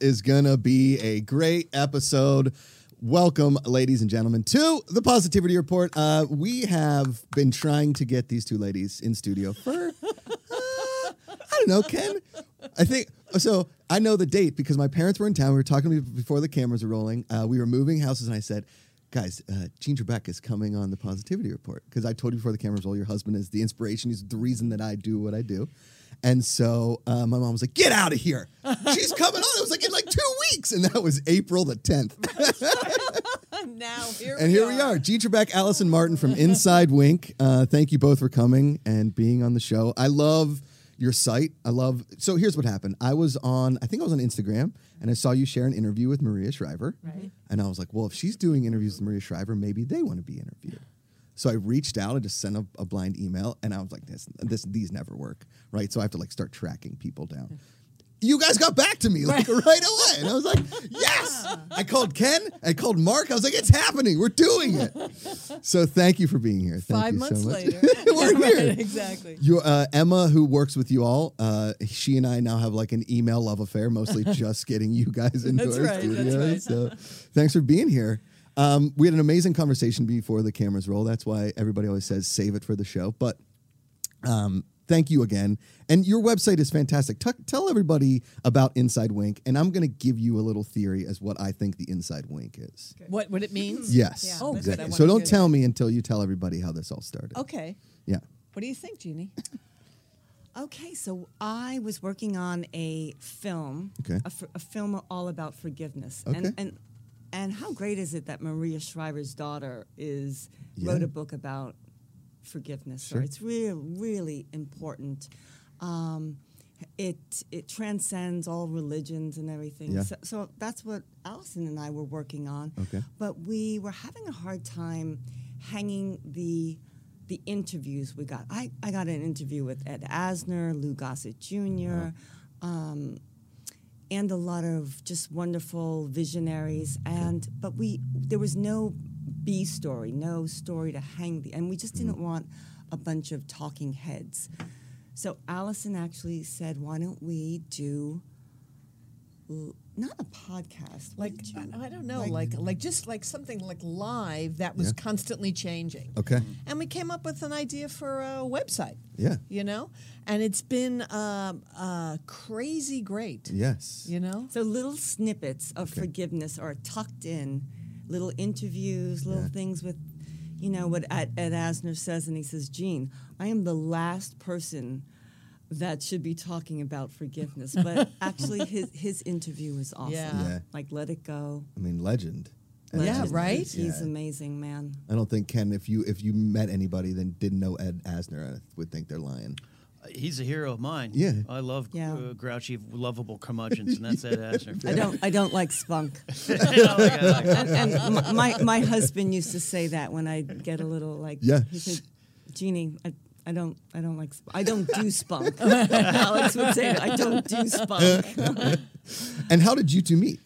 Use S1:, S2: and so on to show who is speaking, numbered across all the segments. S1: is going to be a great episode. Welcome, ladies and gentlemen, to the Positivity Report. Uh, we have been trying to get these two ladies in studio for, uh, I don't know, Ken. I think so. I know the date because my parents were in town. We were talking be- before the cameras were rolling. Uh, we were moving houses, and I said, "Guys, uh, Gene Trebek is coming on the Positivity Report." Because I told you before the cameras roll, your husband is the inspiration. He's the reason that I do what I do. And so uh, my mom was like, "Get out of here! She's coming on." It was like in like two weeks, and that was April the tenth.
S2: now here
S1: and here we are, Gene Trebek, Allison Martin from Inside Wink. Uh, thank you both for coming and being on the show. I love your site. I love. So here's what happened. I was on. I think I was on Instagram, and I saw you share an interview with Maria Shriver. Right. And I was like, well, if she's doing interviews with Maria Shriver, maybe they want to be interviewed. So I reached out. I just sent a, a blind email, and I was like, this, this, these never work, right? So I have to like start tracking people down you guys got back to me like right away. And I was like, yes. I called Ken. I called Mark. I was like, it's happening. We're doing it. So thank you for being here. Thank
S2: Five
S1: you
S2: months
S1: so much.
S2: later.
S1: We're here.
S2: Right, exactly.
S1: You, uh, Emma, who works with you all, uh, she and I now have like an email love affair, mostly just getting you guys into
S2: That's
S1: our
S2: right, that's
S1: studio.
S2: right.
S1: So thanks for being here. Um, we had an amazing conversation before the cameras roll. That's why everybody always says save it for the show. But um, thank you again. And your website is fantastic. Tuck tell everybody about Inside Wink, and I'm going to give you a little theory as what I think the Inside Wink is.
S2: What what it means?
S1: Yes,
S2: Yeah, oh, good. I
S1: exactly.
S2: wanna
S1: So
S2: hear
S1: don't
S2: that.
S1: tell me until you tell everybody how this all started.
S2: Okay.
S1: Yeah.
S2: What do you think, Jeannie?
S3: Okay, so I was working on a film,
S1: Okay.
S3: a, f- a film all about forgiveness,
S1: Okay.
S3: and and and how great is it that Maria Shriver's daughter is wrote
S1: Yeah.
S3: a book about forgiveness?
S1: Sure.
S3: So it's real, really important. Um, it it transcends all religions and everything.
S1: Yeah.
S3: So, so that's what Allison and I were working on.
S1: Okay.
S3: But we were having a hard time hanging the the interviews we got. I, I got an interview with Ed Asner, Lou Gossett Jr., um, and a lot of just wonderful visionaries. And but we there was no B story, no story to hang the, and we just didn't want a bunch of talking heads. So Allison actually said, "Why don't we do l- not a podcast, what
S2: Like
S3: did you-
S2: I, I don't know, like, like just like something like live that was
S1: Yeah.
S2: constantly changing.
S1: Okay.
S2: And we came up with an idea for a website.
S1: Yeah.
S2: You know, and it's been um, uh, crazy great.
S1: Yes.
S2: You know.
S3: So little snippets of forgiveness are tucked in, little interviews, little
S1: Yeah.
S3: things with, you know, what Ed, Ed Asner says, and he says, "Gene, I am the last person that should be talking about forgiveness." But actually, his his interview was awesome.
S2: Yeah.
S1: Yeah.
S3: Like, let it go.
S1: I mean, legend. And
S2: Yeah,
S1: just-
S2: right?
S3: He's
S1: Yeah.
S3: amazing, man.
S1: I don't think Ken. If you if you met anybody that didn't know Ed Asner, I would think they're lying.
S4: He's a hero of mine.
S1: Yeah.
S4: I love
S3: Yeah.
S4: uh, grouchy, lovable curmudgeons, and that's Ed Asner.
S3: I don't I don't like spunk. and, and m- my my husband used to say that when I get a little like
S1: Yeah.
S3: He said, "Jeannie, I, I don't I don't like sp- I don't do spunk." Alex would say, "I don't do spunk."
S1: And how did you two meet?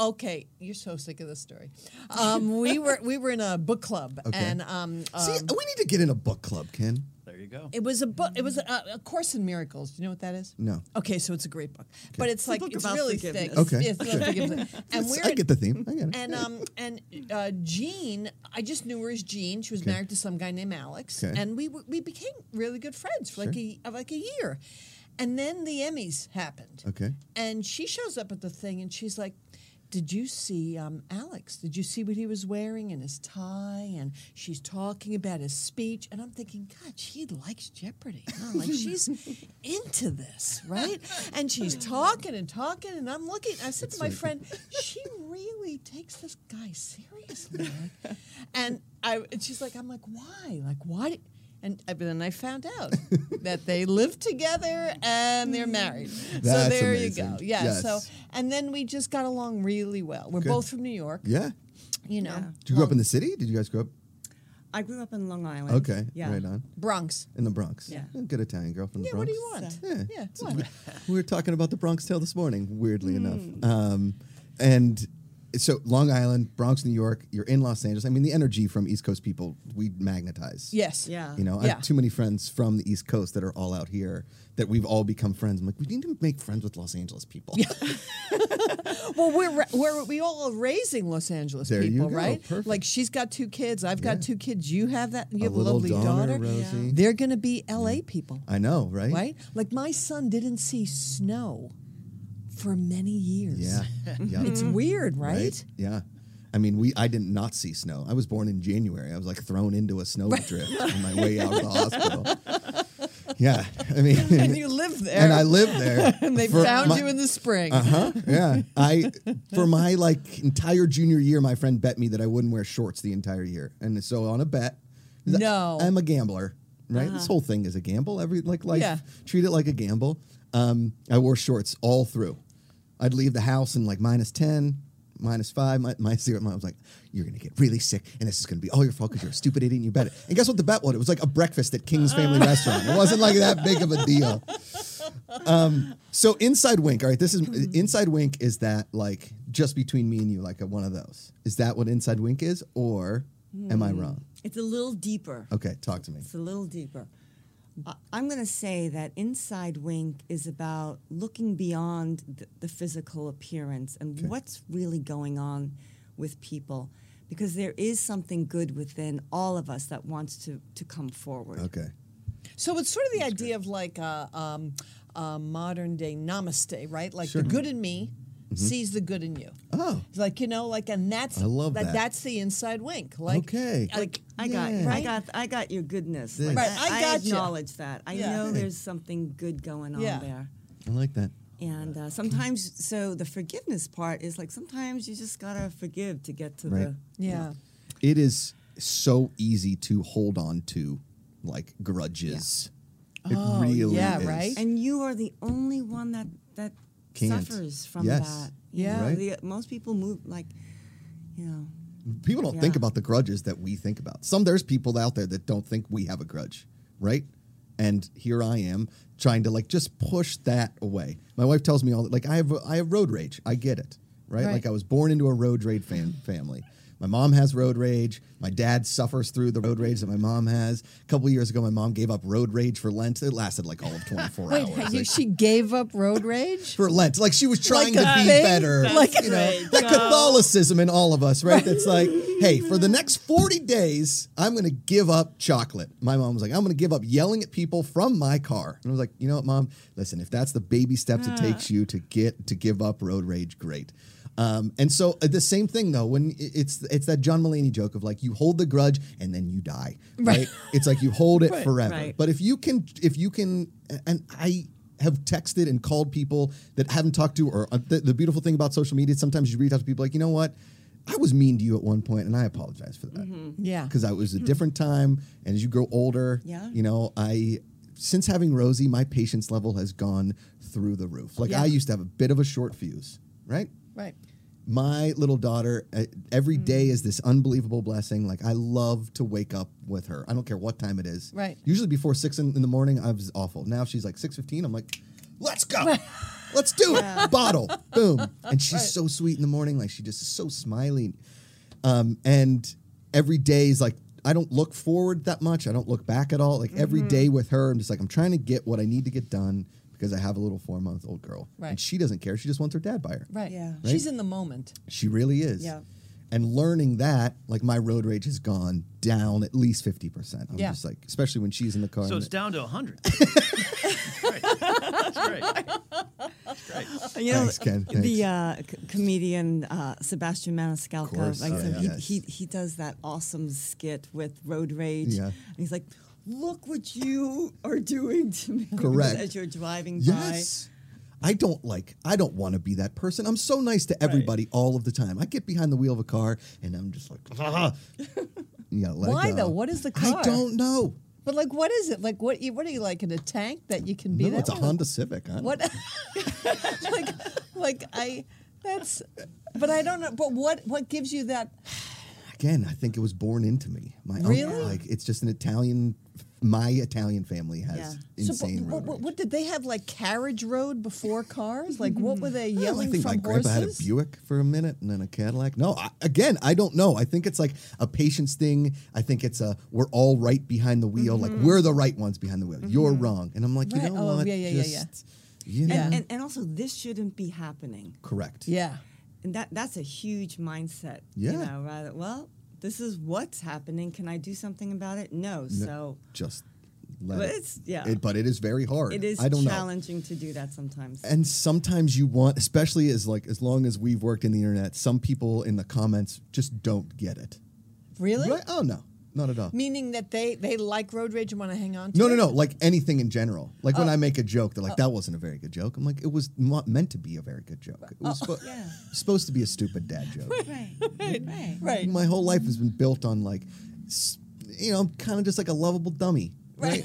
S2: Okay, you're so sick of this story. Um, we were we were in a book club,
S1: Okay.
S2: and um,
S1: See,
S3: oh,
S2: um,
S1: we need to get in a book club, Ken.
S4: There you go.
S2: It was a book. It was a, a Course in Miracles. Do you know what that is?
S1: No.
S2: Okay, so it's a great book, but it's like
S3: book
S2: it's
S3: about
S2: really thick.
S3: forgiveness.
S1: Okay.
S2: It's about forgiveness. And we're
S1: I get the theme. I get it.
S2: and um and uh, Jean, I just knew her as Jean. She was married to some guy named Alex,
S1: Okay.
S2: and we w- we became really good friends for like a like a year, and then the Emmys happened.
S1: Okay.
S2: and she shows up at the thing, and she's like. Did you see um, Alex? Did you see what he was wearing and his tie? And she's talking about his speech, and I'm thinking, God, she likes Jeopardy. huh? Like she's into this, right? And she's talking and talking, and I'm looking. I said to my friend, she really takes this guy seriously. Like, and I, and she's like, I'm like, why? Like, why? did-" And I- but then I found out that they live together and they're married. so
S1: That's
S2: there you
S1: amazing.
S2: go. Yeah. So
S1: Yes.
S2: and then we just got along really well. We're
S1: Good.
S2: both from New York.
S1: yeah.
S2: You know,
S3: Yeah.
S1: Did you grow up in the city? Did you guys grow up?
S3: I grew up in Long Island.
S1: Okay.
S3: Yeah.
S1: Right on.
S2: Bronx.
S1: In the Bronx.
S3: Yeah.
S1: A Good Italian girl from the
S2: Yeah. What
S1: Bronx.
S2: do you want?
S1: Yeah.
S2: Yeah. Hmm. what?
S1: We were talking about the Bronx Tale this morning, weirdly enough. Um, and so Long Island, Bronx, New York, you're in Los Angeles. I mean, the energy from East Coast people, we magnetize.
S2: Yes.
S3: Yeah.
S1: You know, I
S2: Yeah.
S1: have too many friends from the East Coast that are all out here that we've all become friends. I'm like, we need to make friends with Los Angeles people.
S2: Well, we're, ra- we're we all are raising Los Angeles
S1: There you
S2: people,
S1: go.
S2: right?
S1: Perfect.
S2: Like she's got two kids. I've got
S1: Yeah.
S2: two kids. You have that. You
S1: A
S2: have a
S1: little
S2: lovely
S1: daughter,
S2: daughter.
S1: Rosie. Yeah.
S2: They're going to be LA people,
S1: I know, right?
S2: right? Like my son didn't see snow for many years.
S1: Yeah. yeah.
S2: It's
S3: Mm-hmm.
S2: weird, right?
S1: Yeah. I mean, we I did not see snow. I was born in January. I was like thrown into a snow drift on my way out of the hospital. Yeah. I mean,
S2: And you live there.
S1: and I lived there.
S2: And they
S1: for
S2: found
S1: my- Uh-huh.
S2: you in the spring.
S1: Huh? Yeah. I for my like entire junior year, my friend bet me that I wouldn't wear shorts the entire year, and so on a bet. th-
S2: No.
S1: I'm a gambler, right? This whole thing is a gamble. Every like life,
S2: Yeah.
S1: treat it like a gamble. Um, I wore shorts all through. I'd leave the house in like minus ten, minus five, my, my zero. I was like, "You're gonna get really sick, and this is gonna be all your fault because you're a stupid idiot and you bet it." And guess what? The bet was it was like a breakfast at King's Family Restaurant. It wasn't like that big of a deal. Um, So inside wink, all right. This is inside wink. Is that like just between me and you, like a, one of those? Is that what inside wink is, or am I wrong?
S3: It's a little deeper.
S1: Okay, talk to me.
S3: It's a little deeper. I- I'm going to say that Inside Wink is about looking beyond the, the physical appearance and what's really going on with people because there is something good within all of us that wants to, to come forward.
S1: Okay,
S2: So it's sort of the idea of like a, um, a modern day namaste, right? Like the good in me sees the good in you.
S1: Oh.
S2: It's like you know, like and that's
S1: Mm-hmm. I love that.
S2: That's the inside wink. Like
S1: Okay.
S2: like
S3: I got,
S1: Yeah.
S3: I got, I got your goodness. Like,
S2: Right, I
S3: I,
S2: gotcha.
S3: acknowledge that. I
S2: Yeah.
S3: know there's something good going on
S2: Yeah.
S3: there.
S1: I like that.
S3: And uh, sometimes, so the forgiveness part is like sometimes you just gotta forgive to get to
S1: Right.
S3: the
S2: yeah.
S1: It is so easy to hold on to, like grudges. It really
S2: yeah,
S1: is.
S2: right?
S3: And you are the only one that that
S1: Can't.
S3: suffers from
S1: Yes.
S3: that.
S2: Yeah.
S1: Right.
S3: The- most people move like, you know,
S1: People don't think
S3: Yeah.
S1: about the grudges that we think about. Some there's people out there that don't think we have a grudge, right? And here I am trying to like just push that away. My wife tells me all like I have I have road rage. I get it, right?
S2: Right.
S1: Like I was born into a road rage fam- family. My mom has road rage. My dad suffers through the road rage that my mom has. A couple years ago, my mom gave up road rage for Lent. It lasted like all of 24
S2: Wait,
S1: hours.
S2: you,
S1: Like,
S2: she gave up road rage.
S1: for Lent. Like she was trying
S2: Like
S1: to
S2: a
S1: be
S2: thing?
S1: better.
S2: That's Like-
S1: you know,
S3: great.
S1: that
S3: No.
S1: Catholicism in all of us, right? That's like, hey, for the next 40 days, I'm going to give up chocolate. My mom was like, I'm going to give up yelling at people from my car. And I was like, you know what, mom? Listen, if that's the baby steps
S2: Ah.
S1: it takes you to get to give up road rage, great. Um, and so uh, the same thing though, when i- it's it's that John Mulaney joke of like you hold the grudge and then you die, right? It's like you hold it
S2: Right.
S1: forever.
S3: Right.
S1: But if you can, if you can, and I have texted and called people that I haven't talked to, or uh, the, the beautiful thing about social media, is sometimes you reach out to people like, you know what? I was mean to you at one point, and I apologize for that.
S2: Yeah.
S1: Because I was a different time, and as you grow older,
S3: Yeah.
S1: you know, I since having Rosie, my patience level has gone through the roof. Like
S2: Yeah.
S1: I used to have a bit of a short fuse, right?
S2: Right.
S1: my little daughter uh, every day
S2: Mm.
S1: is this unbelievable blessing like i love to wake up with her i don't care what time it is
S2: Right.
S1: usually before six in, in the morning i was awful now she's like 6.15 i'm like let's go let's do it bottle boom and she's so sweet in the morning like she just is so smiley um, and every day is like i don't look forward that much i don't look back at all like
S2: Mm-hmm.
S1: every day with her i'm just like i'm trying to get what i need to get done because i have a little four month old girl
S2: Right.
S1: and she doesn't care she just wants her dad by her
S2: Right.
S3: Yeah. Right?
S2: She's in the moment.
S1: she really is.
S3: Yeah.
S1: And learning that, like my road rage has gone down at least fifty percent. I'm
S2: Yeah.
S1: just like, especially when she's in the car.
S4: So
S1: and
S4: it's
S1: it-
S4: down to 100. That's great. That's great. That's great.
S3: Uh, You know,
S1: Thanks, Ken. Thanks.
S3: the uh, c- comedian uh, Sebastian Maniscalco,
S1: course,
S3: like,
S1: oh,
S3: so
S1: yeah.
S3: he,
S1: Yes.
S3: he, he does that awesome skit with road rage.
S1: Yeah.
S3: And he's like, look what you are doing to me
S1: Correct.
S3: as you're driving
S1: yes. I don't like. I don't want to be that person. I'm so nice to everybody all of the time. I get behind the wheel of a car and I'm just like, ah. yeah. Let
S2: Why
S1: go.
S2: though? What is the
S1: I
S2: car?
S1: don't know.
S2: But like, what is it? Like, what? You, what are you like in a tank that you can be
S1: No,
S2: that?
S1: it's a
S2: way?
S1: Honda Civic. I don't-
S2: What? like, like I. That's. But I don't know. But what? What gives you that?
S1: again, I think it was born into me. My uncle-
S2: Really?
S1: like it's just an Italian. My Italian family has
S3: Yeah. So,
S2: So,
S1: insane.
S2: but, what,
S1: road
S2: what,
S1: rage.
S2: what did they have like carriage road before cars? Like what were they
S1: I don't know,
S2: yelling
S1: I think
S2: from
S1: my grandpa
S2: horses?
S1: had a Buick for a minute and then a Cadillac. No, I, again, I don't know. I think it's like a patience thing. I think it's a we're all right behind the wheel. Like we're the right ones behind the wheel. You're wrong. And I'm like, you
S2: Mm-hmm. Right.
S1: know
S2: Oh,
S1: what?
S2: yeah, yeah, yeah, yeah.
S1: Just, you know,
S2: Yeah.
S3: And, and also, this shouldn't be happening.
S1: correct.
S2: yeah.
S3: And that that's a huge mindset. You
S1: Yeah.
S3: know, rather, well, this is what's happening. Can I do something about it? No.
S1: No,
S3: So
S1: just let
S3: But
S1: it-
S3: it's- yeah.
S1: It, but it is very hard.
S3: it is
S1: I don't know.
S3: challenging to do that sometimes.
S1: and sometimes you want especially as like as long as we've worked in the internet some people in the comments just don't get it
S2: Really?
S1: right oh no not at all
S2: Meaning that they they like road rage and want to hang on to
S1: no
S2: it?
S1: no no like anything in general like
S2: Oh.
S1: when i make a joke they're like that wasn't a very good joke i'm like it was not meant to be a very good joke it
S2: Oh,
S1: was spo-
S3: Yeah.
S1: supposed to be a stupid dad joke
S3: right. Right.
S2: Right.
S1: my whole life has been built on like s- you know i'm kind of just like a lovable dummy
S2: Right.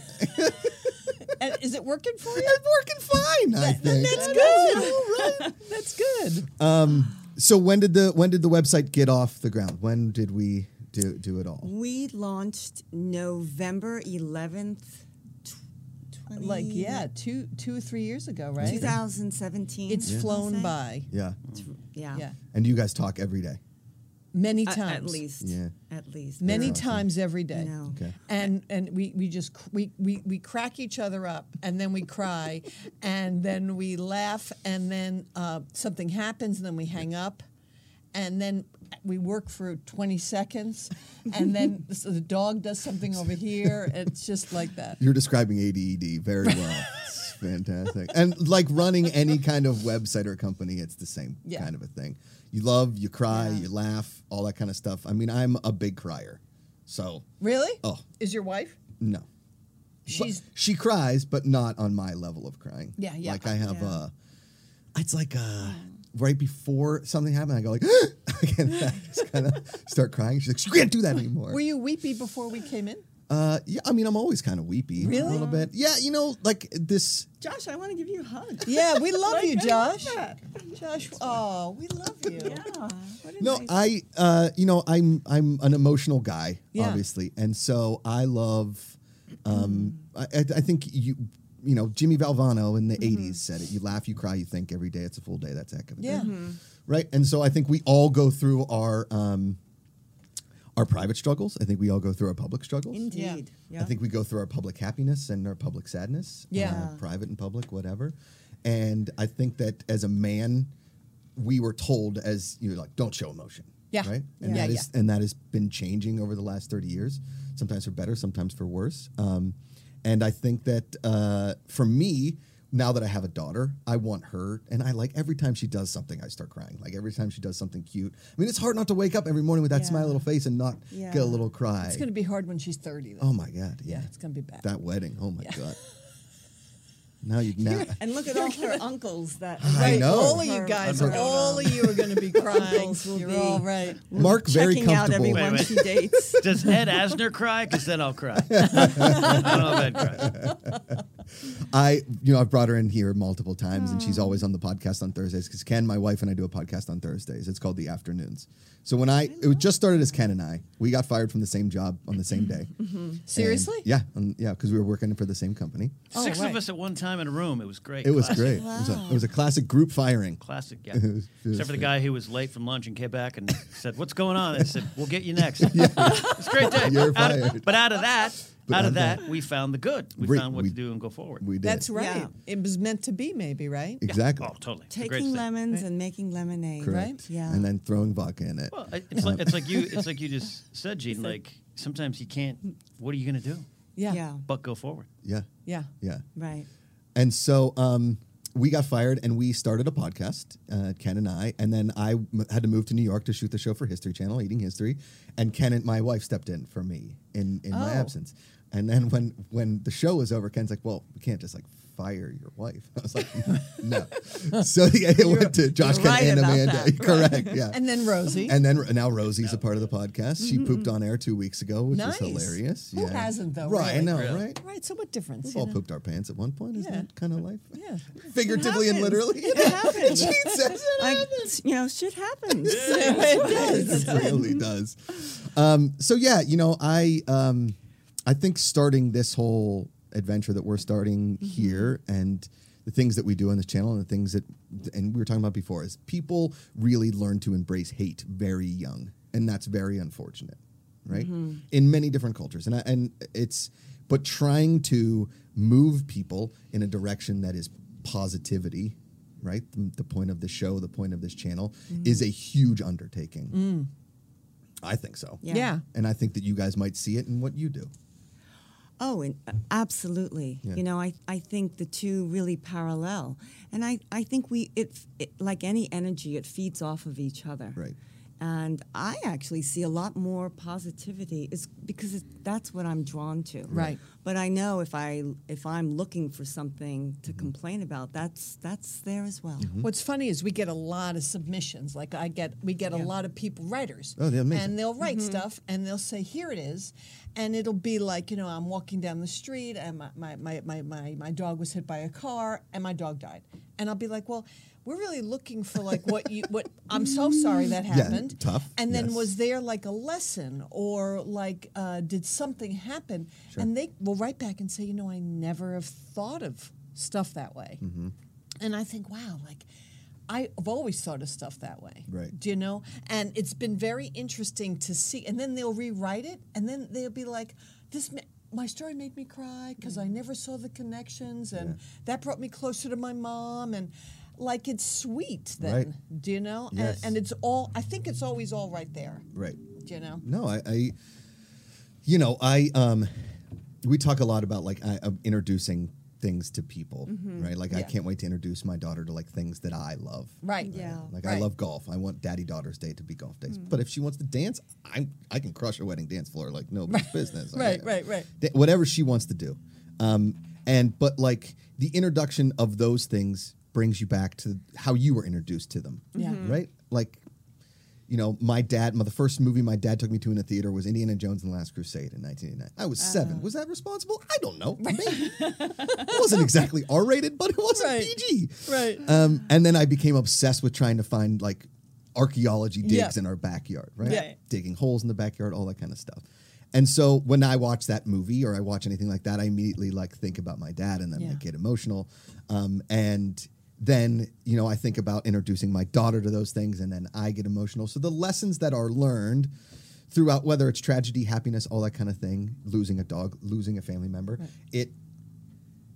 S2: and is it working for you?
S1: it's working fine i think
S2: That's good. That's good.
S1: so when did the when did the website get off the ground when did we do do it all
S3: We launched November 11th, tw- 20,
S2: like yeah, two two or three years ago, right?
S3: 2017.
S2: It's
S3: I
S2: flown
S3: say.
S2: by.
S1: yeah
S3: Yeah.
S2: Yeah.
S1: and you guys talk every day
S2: Many
S3: A-
S2: times.
S3: At least.
S1: Yeah.
S3: At least.
S2: Many
S1: That's awesome.
S2: times every day.
S3: No.
S1: Okay.
S2: And and we we just c- we, we we crack each other up and then we cry and then we laugh and then uh, something happens and then we hang up and then we work for 20 seconds and then so the dog does something over here it's just like that
S1: You're describing ADED very well. it's fantastic. And like running any kind of website or company, it's the same
S2: Yeah.
S1: kind of a thing. You love, you cry, you laugh, all that kind of stuff. I mean, I'm a big crier. So,
S2: really
S1: Oh.
S2: is your wife
S1: no.
S2: she's
S1: She cries, but not on my level of crying.
S2: Yeah, yeah.
S1: Like I have
S3: Yeah.
S1: uh it's like uh right before something happened, I go like and I just kind of start crying. She's like, "You can't do that anymore."
S2: were you weepy before we came in
S1: Uh, yeah, I mean, I'm always kind of weepy, a
S2: Really?
S1: little bit. Yeah, you know, like this.
S3: Josh, I want to give you a hug.
S2: yeah we love you
S3: I love
S2: josh
S3: that.
S2: josh oh we love you
S3: Yeah. What a
S1: No,
S3: nice-
S1: I, uh, you know, I'm I'm an emotional guy,
S2: Yeah.
S1: obviously, and so I love. Um, I, I I think you, you know, Jimmy Valvano in the '80s said it: "You laugh, you cry, you think. Every day, it's a full day. That's a heck of a
S2: Yeah.
S1: day."
S2: Mhm.
S1: Right, and so I think we all go through our um, our private struggles. I think we all go through our public struggles.
S3: Indeed. Yeah.
S1: I think we go through our public happiness and our public sadness.
S2: Yeah.
S1: uh, private and public, whatever. And I think that as a man, we were told as you know, like, don't show emotion.
S2: Yeah.
S1: Right. And
S2: Yeah.
S1: that
S2: Yeah,
S1: is- and that has been changing over the last thirty years. Sometimes for better, sometimes for worse. Um, and I think that uh, for me. Now that I have a daughter, I want her, and I like every time she does something, I start crying. Like every time she does something cute. I mean, it's hard not to wake up every morning with that
S3: Yeah.
S1: smile little face and not get a
S3: Yeah.
S1: little cry.
S2: it's going to be hard when she's 30 though
S1: oh my god, yeah,
S2: yeah it's going to be bad
S1: that wedding. Oh my god. Now you now
S3: And look at all her uncles that.
S1: I
S2: Right,
S1: know.
S2: all of you guys,
S4: Unbelievable.
S2: all of you are going to be crying.
S3: Girls will
S2: You're
S3: be-
S2: all right.
S1: Mark very
S3: Checking out
S1: comfortable.
S3: everyone
S4: Wait, wait.
S3: she dates.
S4: Does Ed Asner cry? Because then I'll cry. I don't know if Ed cries.
S1: I you know I've brought her in here multiple times and she's always on the podcast on Thursdays because Ken, my wife, and I do a podcast on Thursdays. It's called the Afternoons. So when I, it was just started as Ken and I, we got fired from the same job on the same day.
S2: Seriously?
S1: And- yeah, and- yeah, because we were working for the same company.
S2: Oh,
S4: Six
S2: right.
S4: of us at one time in a room. It was great.
S1: It was
S4: Classic.
S1: great. It, was a, it was a classic group firing.
S4: Classic, yeah.
S1: was- it was
S4: Except for the
S1: great.
S4: guy who was late from lunch and came back and said, "What's going on?" I said, "We'll get you next." It's a great day.
S1: You're
S4: Out of-
S1: fired.
S4: but out of that,
S1: But
S4: out
S1: out of
S4: of that, we found the good. We
S1: Right,
S4: found what
S1: we-
S4: to do and go forward.
S1: We did
S2: That's right.
S3: Yeah.
S2: It was meant to be, maybe, right?
S4: Yeah.
S1: exactly
S4: Oh, totally. It's a great
S3: Taking
S4: thing.
S3: lemons and making lemonade.
S1: correct.
S2: right?
S3: Yeah.
S1: and then throwing vodka in it.
S4: Well, I- it's like it's like you it's like you just said, Gene. Like sometimes you can't. What are you going to do?
S2: Yeah.
S3: Yeah.
S4: But go forward.
S1: yeah,
S2: Yeah.
S1: yeah.
S3: Right.
S1: And so um, we got fired and we started a podcast, uh, Ken and I. And then I m- had to move to New York to shoot the show for History Channel, Eating History. And Ken and my wife stepped in for me in, in my
S2: Oh.
S1: absence. And then when when the show was over, Ken's like, "Well, we can't just like fire your wife." I was like, "No." so yeah, it went to Josh,
S3: you're
S1: Ken,
S3: right
S1: and
S3: about
S1: Amanda.
S3: that.
S1: Correct. Yeah.
S2: And then Rosie.
S1: And then now Rosie's a part of the podcast. She pooped on air two weeks ago, which
S2: nice.
S1: is hilarious.
S2: Who
S1: yeah.
S2: hasn't though?
S1: Right, I
S2: really?
S1: know,
S4: Really?
S1: right?
S2: Right. So what difference?
S1: We've
S2: you
S1: all
S2: know?
S1: pooped our pants at one point, isn't
S2: Yeah.
S1: that kind of life?
S2: Yeah.
S1: Figuratively and
S3: happens.
S1: literally.
S3: It happens.
S1: Gene says
S3: Like, you know, shit happens.
S2: it does.
S1: it really does. Um, so yeah, you know, I um, I think starting this whole adventure that we're starting
S3: Mm-hmm.
S1: here and the things that we do on this channel and the things that and we were talking about before is people really learn to embrace hate very young, and that's very unfortunate, right?
S3: Mm-hmm.
S1: In many different cultures, and I, and it's but trying to move people in a direction that is positivity right the, the point of the show the point of this channel
S2: Mm-hmm.
S1: is a huge undertaking I think so.
S3: Yeah.
S2: Mm. Yeah.
S1: And I think that you guys might see it in what you do.
S3: Oh, and uh, absolutely.
S1: Yeah.
S3: You know, I, I think the two really parallel, and I, I think we it, it like any energy, it feeds off of each other.
S1: Right.
S3: And I actually see a lot more positivity. It's because it, that's what I'm drawn to.
S2: Right.
S3: But I know if I if I'm looking for something
S1: Mm-hmm.
S3: to complain about, that's that's there as well.
S2: What's funny is we get a lot of submissions. Like I get, we get a lot of people writers.
S1: Oh, they're amazing.
S2: And they'll write stuff, and they'll say, "Here it is," and it'll be like, you know, I'm walking down the street, and my my my my my, my dog was hit by a car, and my dog died, and I'll be like, well. We're really looking for like what you what I'm so sorry that happened.
S1: tough,
S2: And then
S1: yes.
S2: was there like a lesson or like uh, did something happen? And they will write back and say, you know, I never have thought of stuff that way.
S1: Mm-hmm.
S2: And I think, wow, like I've always thought of stuff that way.
S1: Right.
S2: Do you know? And it's been very interesting to see. And then they'll rewrite it, and then they'll be like, this. Ma- my story made me cry because
S1: Mm.
S2: I never saw the connections, and that brought me closer to my mom. And like it's sweet, then
S1: Right.
S2: do you know?
S1: Yes.
S2: And, and it's all. I think it's always all right there.
S1: Right.
S2: Do you know?
S1: No, I, I you know, I um we talk a lot about like I, uh, introducing things to people, right? Like I
S2: Mm-hmm. Yeah.
S1: can't wait to introduce my daughter to like things that I love.
S2: Right.
S3: Yeah.
S1: Like I
S2: Right. Mm.
S1: love golf. I want Daddy Daughter's Day to be golf days. But if she wants to dance, I I can crush her wedding dance floor like nobody's business. Like,
S2: Right,
S1: yeah.
S2: right, right.
S1: Th- Whatever she wants to do. Um, and but like the introduction of those things brings you back to how you were introduced to them.
S2: Yeah. Mhm.
S1: Right. Like, you know, my dad. My, the first movie my dad took me to in a theater was Indiana Jones and the Last Crusade in 1989. I was
S2: Uh.
S1: seven. Was that responsible? I don't know. Maybe. it wasn't exactly R rated, but it wasn't
S2: Right.
S1: PG.
S2: Right.
S1: Um, and then I became obsessed with trying to find like archaeology digs
S2: Yeah.
S1: in our backyard, right?
S2: Yeah.
S1: Digging holes in the backyard, all that kind of stuff. And so when I watch that movie or I watch anything like that, I immediately like think about my dad and then I
S2: Yeah.
S1: get emotional. Um, and then you know I think about introducing my daughter to those things, and then I get emotional. So the lessons that are learned throughout, whether it's tragedy, happiness, all that kind of thing, losing a dog, losing a family member, it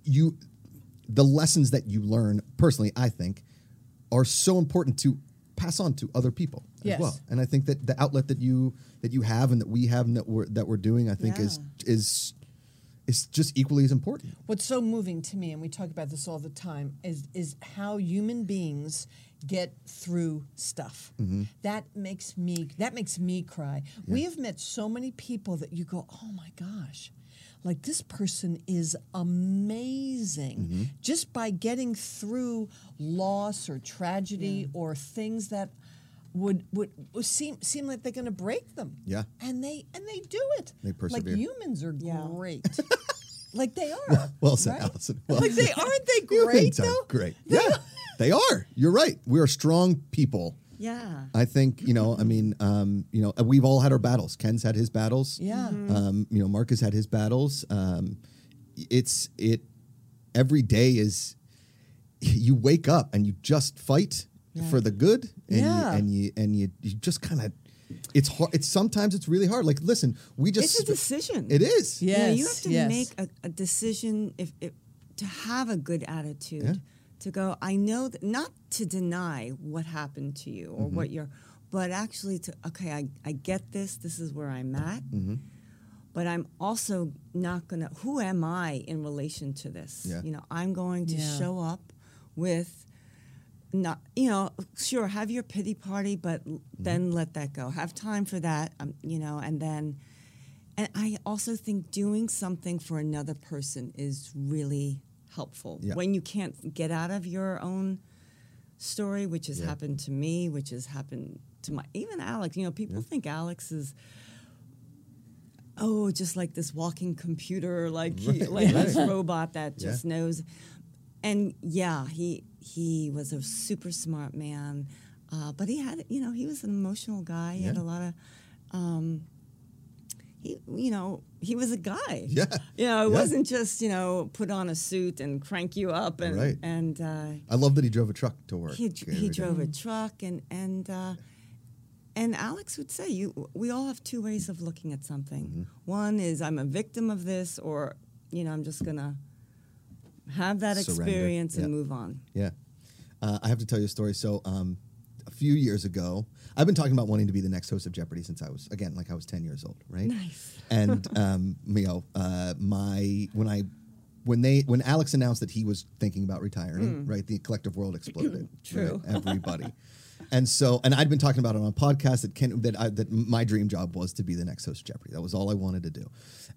S1: you the lessons that you learn personally i think are so important to pass on to other people as
S2: Yes.
S1: well and i think that the outlet that you that you have and that we have and that we're that we're doing i think is is is just equally as important
S2: What's so moving to me, and we talk about this all the time, is is how human beings get through stuff.
S1: Mm-hmm.
S2: That makes me that makes me cry. We have met so many people that you go, oh my gosh, like this person is amazing
S1: Mm-hmm.
S2: just by getting through loss or tragedy or things that would would would seem seem like they're going to break them.
S1: Yeah.
S2: and they and they do it.
S1: They persevere.
S2: Like humans are
S3: Yeah.
S2: great. Like they are.
S1: well said
S2: right?
S1: allison well
S2: like they aren't they
S1: You're in
S2: great
S1: time.
S2: though?
S1: great yeah they are you're right we are strong people
S3: Yeah.
S1: I think you know. I mean, um, you know, we've all had our battles. Ken's had his battles.
S2: Yeah. Mhm.
S1: Um, you know, Mark has had his battles. Um, it's it. Every day is you wake up and you just fight for the good, and
S2: Yeah.
S1: you, and you and you, you just kind of. It's hard. It's sometimes it's really hard. Like, listen, we just
S3: It's a decision.
S1: It is.
S2: Yeah.
S3: Yeah, you
S2: Yes,
S3: have to
S2: yes.
S3: make a, a decision if, if to have a good attitude
S1: Yeah.
S3: to go. I know that not to deny what happened to you or
S2: Mm-hmm.
S3: what you're, but actually to okay, I, I get this. This is where I'm at.
S2: Mm-hmm.
S3: But I'm also not gonna. Who am I in relation to this?
S1: Yeah.
S3: You know, I'm going to
S2: Yeah.
S3: show up with. Not you know, sure. Have your
S2: Mm-hmm.
S3: pity party, but l- then let that go. Have time for that, um, you know, and then And I also think doing something for another person is really helpful.
S1: Yeah.
S3: When you can't get out of your own story, which has
S1: Yeah.
S3: happened to me, which has happened to my, even Alex, you know, people think Alex is. Oh, just like this walking computer, like he,
S1: Right,
S3: like this
S1: right.
S3: robot that
S1: Yeah.
S3: just knows. And yeah, he he was a super smart man, uh, but he had you know he was an emotional guy. He had
S1: Yeah.
S3: a lot of he, you know, he was a guy.
S1: Yeah.
S3: You know, it
S1: Yeah.
S3: wasn't just, you know, put on a suit and crank you up and
S1: Right.
S3: and uh,
S1: I love that he drove a truck to work.
S3: he dr-
S1: every
S3: he
S1: day.
S3: drove a truck and and uh, and Alex would say you we all have two ways of looking at something.
S1: Mm-hmm.
S3: One is I'm a victim of this or you know, I'm just going to have that
S1: Surrender.
S3: experience and
S1: Yeah.
S3: move on.
S1: Yeah. Uh, I have to tell you a story. So, um, a few years ago, I've been talking about wanting to be the next host of Jeopardy since I was, again, like I was 10 years old, right?
S3: Nice.
S1: And, um, you know, uh, my, when I, when they, when Alex announced that he was thinking about retiring, right, the collective world exploded.
S3: Hmm. True.
S1: right? Everybody. And so, and I'd been talking about it on a podcast that Ken, that I, that my dream job was to be the next host of Jeopardy. That was all I wanted to do.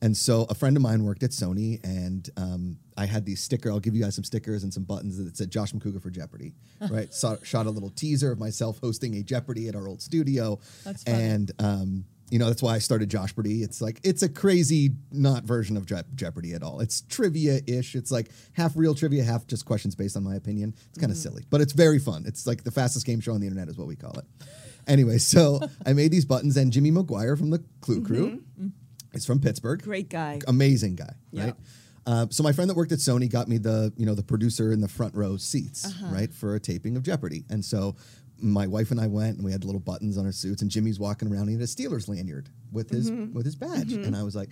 S1: And so, a friend of mine worked at Sony, and um, I had these sticker. I'll give you guys some stickers and some buttons that said Josh McCougar for Jeopardy. Right? so, shot a little teaser of myself hosting a Jeopardy at our old studio.
S2: That's funny.
S1: And um, you know, that's why I started Josh Jeopardy. It's like it's a crazy not version of Je- Jeopardy at all. It's trivia ish. It's like half real trivia, half just questions based on my opinion. It's kind of silly, but it's very fun. It's like the fastest game show on the internet is what we call it. Anyway, so I made these buttons, and Jimmy McGuire from the Clue Crew is from Pittsburgh
S3: Great guy.
S1: amazing guy,
S3: Yeah.
S1: right? Uh, so my friend that worked at Sony got me the you know the producer in the front row seats,
S3: Uh-huh.
S1: right, for a taping of Jeopardy. And so my wife and I went, and we had little buttons on our suits, and Jimmy's walking around. He had a Steelers lanyard with his
S3: Mm-hmm.
S1: with his badge, and I was like,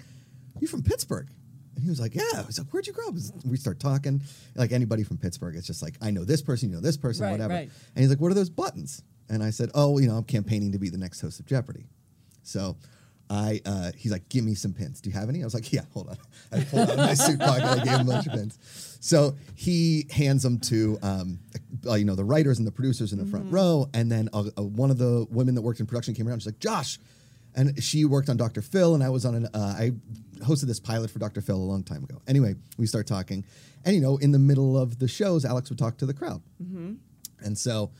S1: "You from Pittsburgh?" And he was like, "Yeah." I was like, "Where'd you grow up?" We start talking, like anybody from Pittsburgh, it's just like, "I know this person, you know this person,
S2: Right,
S1: whatever."
S2: right.
S1: And he's like, "What are those buttons?" And I said, "Oh, you know, I'm campaigning to be the next host of Jeopardy." So I, uh, he's like, "Give me some pins. Do you have any?" I was like, "Yeah, hold on." I pulled out my suit pocket. I gave him a bunch of pins. So he hands them to, um, uh, you know, the writers and the producers in the
S2: Mm-hmm.
S1: front row, and then uh, uh, one of the women that worked in production came around. She's like, "Josh." And she worked on Dr. Phil, and I was on an, uh, I hosted this pilot for Dr. Phil a long time ago. Anyway, we start talking. And, you know, in the middle of the shows, Alex would talk to the crowd.
S2: Mm-hmm.
S1: And so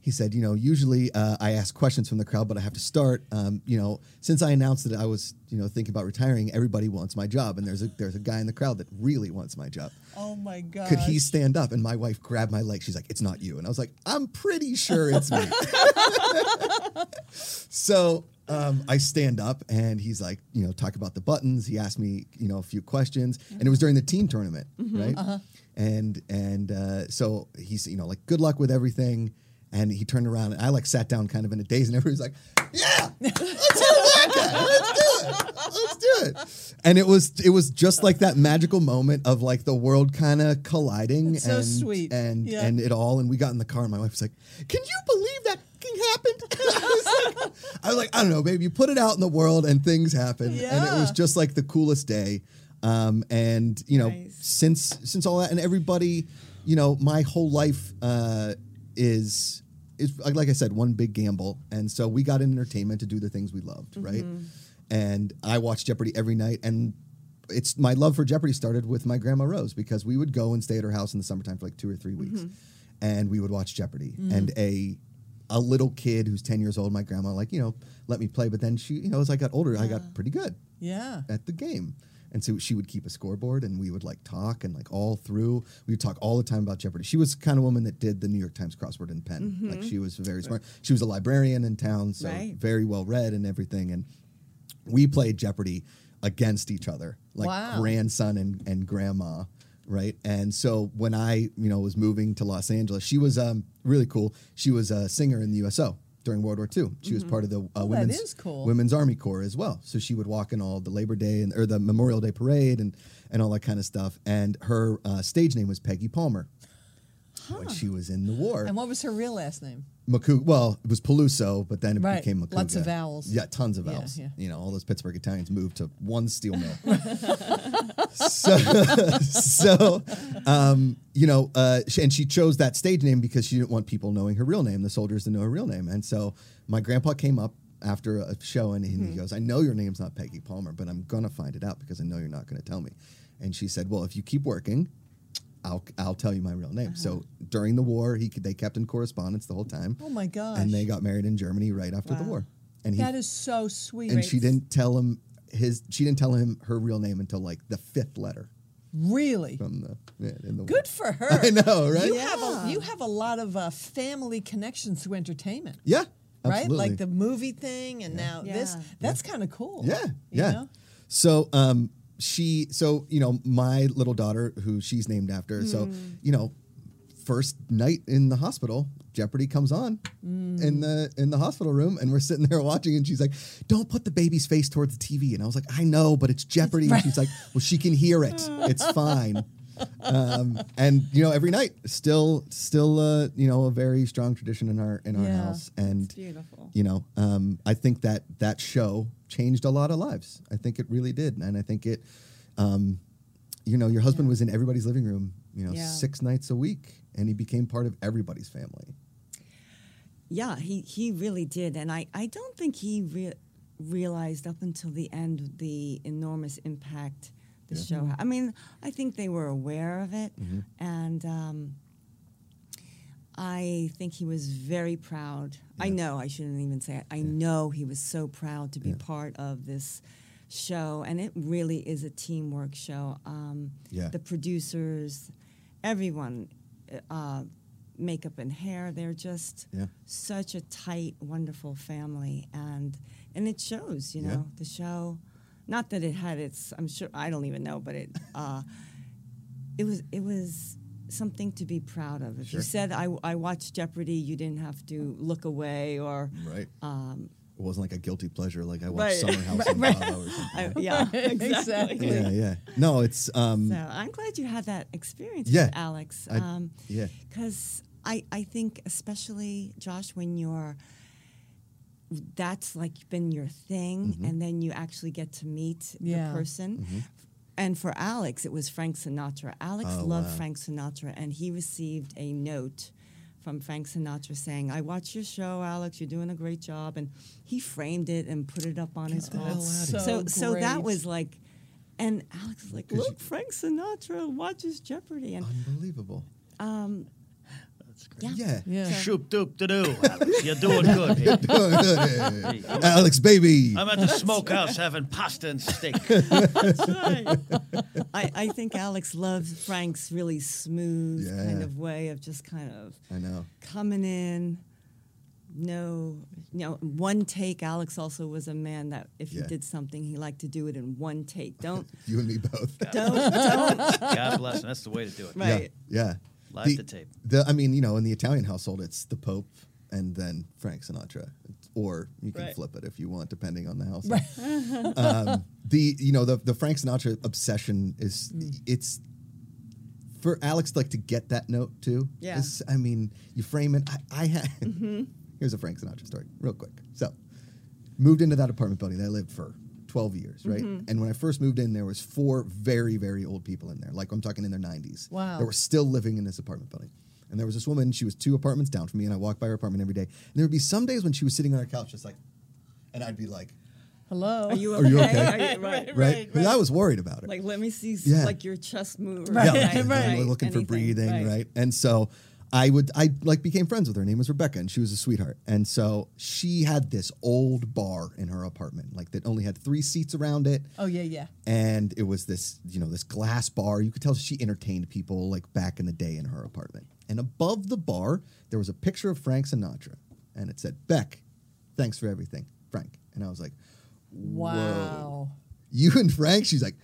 S1: he said, you know, usually uh, I ask questions from the crowd, but I have to start. Um, you know, since I announced that I was, you know, thinking about retiring, everybody wants my job, and there's a there's a guy in the crowd that really wants my job.
S2: Oh my God.
S1: Could he stand up? And my wife grabbed my leg. She's like, "It's not you." And I was like, "I'm pretty sure it's me." so um, I stand up, and he's like, you know, talk about the buttons. He asked me, you know, a few questions, and it was during the team tournament, right? And and uh, so he's, you know, like, "Good luck with everything." And he turned around, and I like sat down, kind of in a daze, and everybody's like, "Yeah, let's do that guy. Let's do it. Let's do it." And it was it was just like that magical moment of like the world kind of colliding
S2: That's so
S1: and
S2: sweet.
S1: and
S2: Yeah.
S1: and it all. And we got in the car, and my wife was like, "Can you believe that thing happened?" I, was like, I was like, "I don't know, babe. You put it out in the world, and things happen." And it was
S2: Yeah.
S1: just like the coolest day. Um, and you know,
S3: Nice.
S1: since since all that, and everybody, you know, my whole life uh, is is like like I said, one big gamble. And so we got in entertainment to do the things we loved, right? And I watched Jeopardy every night, and it's my love for Jeopardy started with my grandma Rose because we would go and stay at her house in the summertime for like two or three weeks, and we would watch Jeopardy. And a a little kid who's ten years old, my grandma, like you know, let me play. But then she, you know, as I got older, I got pretty good
S2: Yeah.
S1: at the game. And so she would keep a scoreboard and we would like talk and like all through. We would talk all the time about Jeopardy. She was the kind of woman that did the New York Times crossword in pen. Like she was very smart. She was a librarian in town, so
S3: Right.
S1: very well read and everything. And we played Jeopardy against each other, like
S2: Wow.
S1: grandson and, and grandma, right? And so when I, you know, was moving to Los Angeles, she was um, really cool. She was a singer in the USO during World War II. She was part of the uh,
S2: that
S1: women's
S2: is cool.
S1: women's army corps as well. So she would walk in all the Labor Day and or the Memorial Day parade and and all that kind of stuff. And her uh, stage name was Peggy Palmer. When she was in the war,
S2: And what was her real last name?
S1: Macu- well, it was Peluso, but then it
S2: Right.
S1: became Macuga.
S2: Lots of vowels.
S1: Yeah, tons of
S2: Yeah,
S1: vowels.
S2: yeah.
S1: You know, all those Pittsburgh Italians moved to one steel mill. so, so um, you know, uh, sh- and she chose that stage name because she didn't want people knowing her real name, the soldiers to know her real name. And so my grandpa came up after a show and, and
S2: Mm-hmm.
S1: he goes, I know your name's not Peggy Palmer, but I'm going to find it out because I know you're not going to tell me. And she said, Well, if you keep working, I'll, I'll tell you my real name. So during the war, he could, they kept in correspondence the whole time.
S2: Uh-huh. Oh my gosh.
S1: And they got married in Germany right after the
S3: Wow.
S1: war. And he
S2: that is so sweet.
S1: and she didn't tell him his she didn't tell him her real name until like the fifth letter
S2: Really
S1: from the yeah, in the war.
S2: good for her.
S1: I know, right?
S2: You have a you have a lot of uh, family connections through entertainment.
S1: Yeah,
S2: Right, like
S1: absolutely.
S2: the movie thing, and now this.
S3: Yeah.
S2: That's kind of cool.
S1: Yeah,
S2: you
S1: yeah.
S2: know?
S1: So, um, she, so you know, my little daughter, who she's named after.
S2: Hmm.
S1: So, you know, first night in the hospital, Jeopardy comes on
S2: Hmm.
S1: in the in the hospital room, and we're sitting there watching, and she's like, "Don't put the baby's face towards the TV." And I was like, "I know, but it's Jeopardy." And she's like, "Well, she can hear it. It's fine." um, and you know, every night, still, still, uh, you know, a very strong tradition in our in our
S2: Yeah.
S1: house, and
S3: beautiful.
S1: you know um, i think that that show changed a lot of lives i think it really did and i think it um, you know your husband was in everybody's living room you know
S3: Yeah.
S1: six nights a week and he became part of everybody's family
S3: Yeah, he, he really did. And I, I don't think he re- realized up until the end the enormous impact the show had. I mean, I think they were aware of it.
S1: Mm-hmm.
S3: And um, I think he was very proud. I know, I shouldn't even say it. I know he was so proud to be part of this show. And it really is a teamwork show. Um,
S1: Yeah.
S3: The producers, everyone, uh, makeup and hair, they're just
S1: Yeah.
S3: such a tight, wonderful family, and and it shows. You
S1: Yeah.
S3: know, the show. Not that it had its. I'm sure I don't even know, but it. Uh, it was it was something to be proud of. If
S1: Sure.
S3: you said I, I watched Jeopardy, you didn't have to look away or.
S1: right um, it wasn't like a guilty pleasure like i watched
S3: Right.
S1: summer house on Bravo or something
S3: I, yeah,
S2: Exactly.
S3: exactly.
S1: yeah yeah no it's um,
S3: So I'm glad you had that experience
S1: Yeah.
S3: with Alex. Um,
S1: I- yeah.
S3: Because I, I think, especially, Josh, when you're, that's like been your thing, and then you actually get to meet
S2: Yeah.
S3: the person. And for Alex, it was Frank Sinatra. Alex loved Frank Sinatra, and he received a note from Frank Sinatra saying, I watch your show, Alex, you're doing a great job. And he framed it and put it up on his wall.
S2: that's Oh, so
S3: so, so that
S2: great.
S3: was like, and Alex is like, look, Frank Sinatra watches Jeopardy, and
S1: unbelievable
S4: That's
S3: yeah,
S4: great.
S1: yeah,
S2: Yeah.
S4: Shoop doop da doo. Alex. You're doing good. here. Hey, I'm-
S1: alex baby
S3: Um,
S4: I'm at the smokehouse having pasta and steak.
S3: that's right. I, I think Alex loves Frank's really smooth kind
S1: Yeah.
S3: of way of just kind of
S1: i know
S3: coming in. No, you know, one take. Alex also was a man that if
S1: Yeah.
S3: he did something, he liked to do it in one take. Don't,
S1: you and me both
S3: don't, don't.
S4: God bless him. That's the way to do it.
S3: Right.
S1: Yeah. yeah.
S4: Live
S1: the,
S4: to tape.
S1: The, I mean, you know, in the Italian household, it's the Pope and then Frank Sinatra, or you can
S3: Right.
S1: flip it if you want, depending on the house. um, the you know the the Frank Sinatra obsession is it's for Alex like to get that note too.
S3: Yeah.
S1: is- I mean, you frame it. I, I had here's a Frank Sinatra story, real quick. So, moved into that apartment building that I lived for 12 years, right?
S3: Mm-hmm.
S1: And when I first moved in, there was four very, very old people in there. Like I'm talking in their 90s.
S2: Wow.
S1: They were still living in this apartment building. And there was this woman, she was two apartments down from me, and I walked by her apartment every day. And there would be some days when she was sitting on her couch just like, and I'd be like,
S2: Hello.
S3: Are you
S1: Are you
S3: okay?
S1: okay?
S3: Are you- right.
S1: right? Because I was worried about her.
S3: Like, let me see, s-
S1: Yeah.
S3: like your chest move.
S1: Yeah,
S3: Right,
S1: like, and then we're looking for
S3: Anything,
S1: breathing, right. And so I would I like became friends with her. Her name was Rebecca, and she was a sweetheart. And so she had this old bar in her apartment, like that only had three seats around it.
S2: oh yeah, yeah.
S1: And it was this, you know, this glass bar. You could tell she entertained people like back in the day in her apartment. And above the bar, there was a picture of Frank Sinatra. And it said, Beck, thanks for everything, Frank. And I was like,
S2: Wow.
S1: You and Frank? She's like,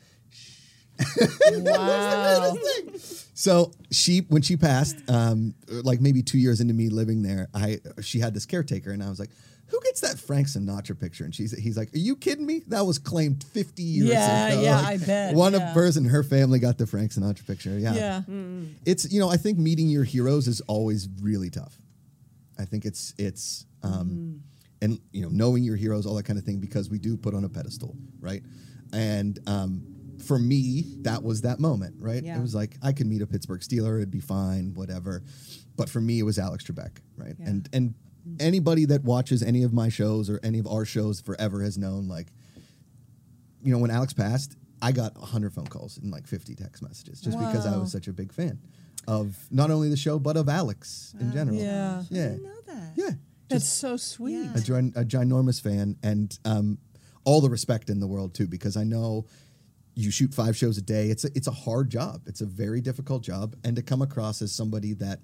S2: Wow.
S1: So she, when she passed, um, like maybe two years into me living there, I she had this caretaker, and I was like, "Who gets that Frank Sinatra picture?" And she's he's like, "Are you kidding me? That was claimed fifty years
S2: Yeah,
S1: ago."
S2: yeah,
S1: Like,
S2: I bet,
S1: One
S2: yeah.
S1: of hers and her family got the Frank Sinatra picture. Yeah,
S2: Yeah.
S1: It's you know I think meeting your heroes is always really tough. I think it's it's um, and you know knowing your heroes, all that kind of thing, because we do put on a pedestal, right? And um, for me, that was that moment, right?
S3: Yeah.
S1: It was like I could meet a Pittsburgh Steeler, it'd be fine, whatever. But for me, it was Alex Trebek, right?
S3: Yeah.
S1: And and anybody that watches any of my shows or any of our shows forever has known like you know when Alex passed, I got 100 phone calls and like 50 text messages just because I
S2: Wow.
S1: was such a big fan of not only the show but of Alex in general.
S2: Yeah.
S1: Yeah.
S3: I didn't know that.
S1: Yeah.
S2: That's so sweet.
S1: a, gin- a ginormous fan and um, all the respect in the world too because I know you shoot five shows a day. It's a, it's a hard job. It's a very difficult job, and to come across as somebody that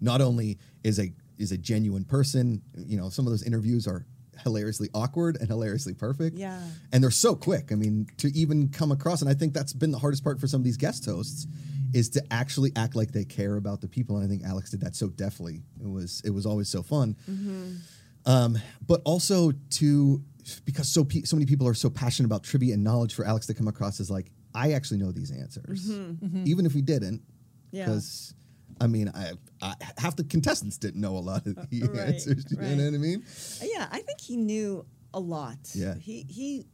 S1: not only is a is a genuine person, you know, some of those interviews are hilariously awkward and hilariously perfect.
S3: Yeah.
S1: And they're so quick. I mean, to even come across and I think that's been the hardest part for some of these guest hosts is to actually act like they care about the people and I think Alex did that so deftly. It was it was always so fun. Um, but also to because so pe- so many people are so passionate about trivia and knowledge for Alex to come across as like I actually know these answers even if we didn't
S3: Mm-hmm. Yeah.
S1: because I mean, I, I half the contestants didn't know a lot of the
S3: right,
S1: answers. You
S3: right.
S1: know what I mean?
S3: Yeah, I think he knew a lot.
S1: Yeah.
S3: He he,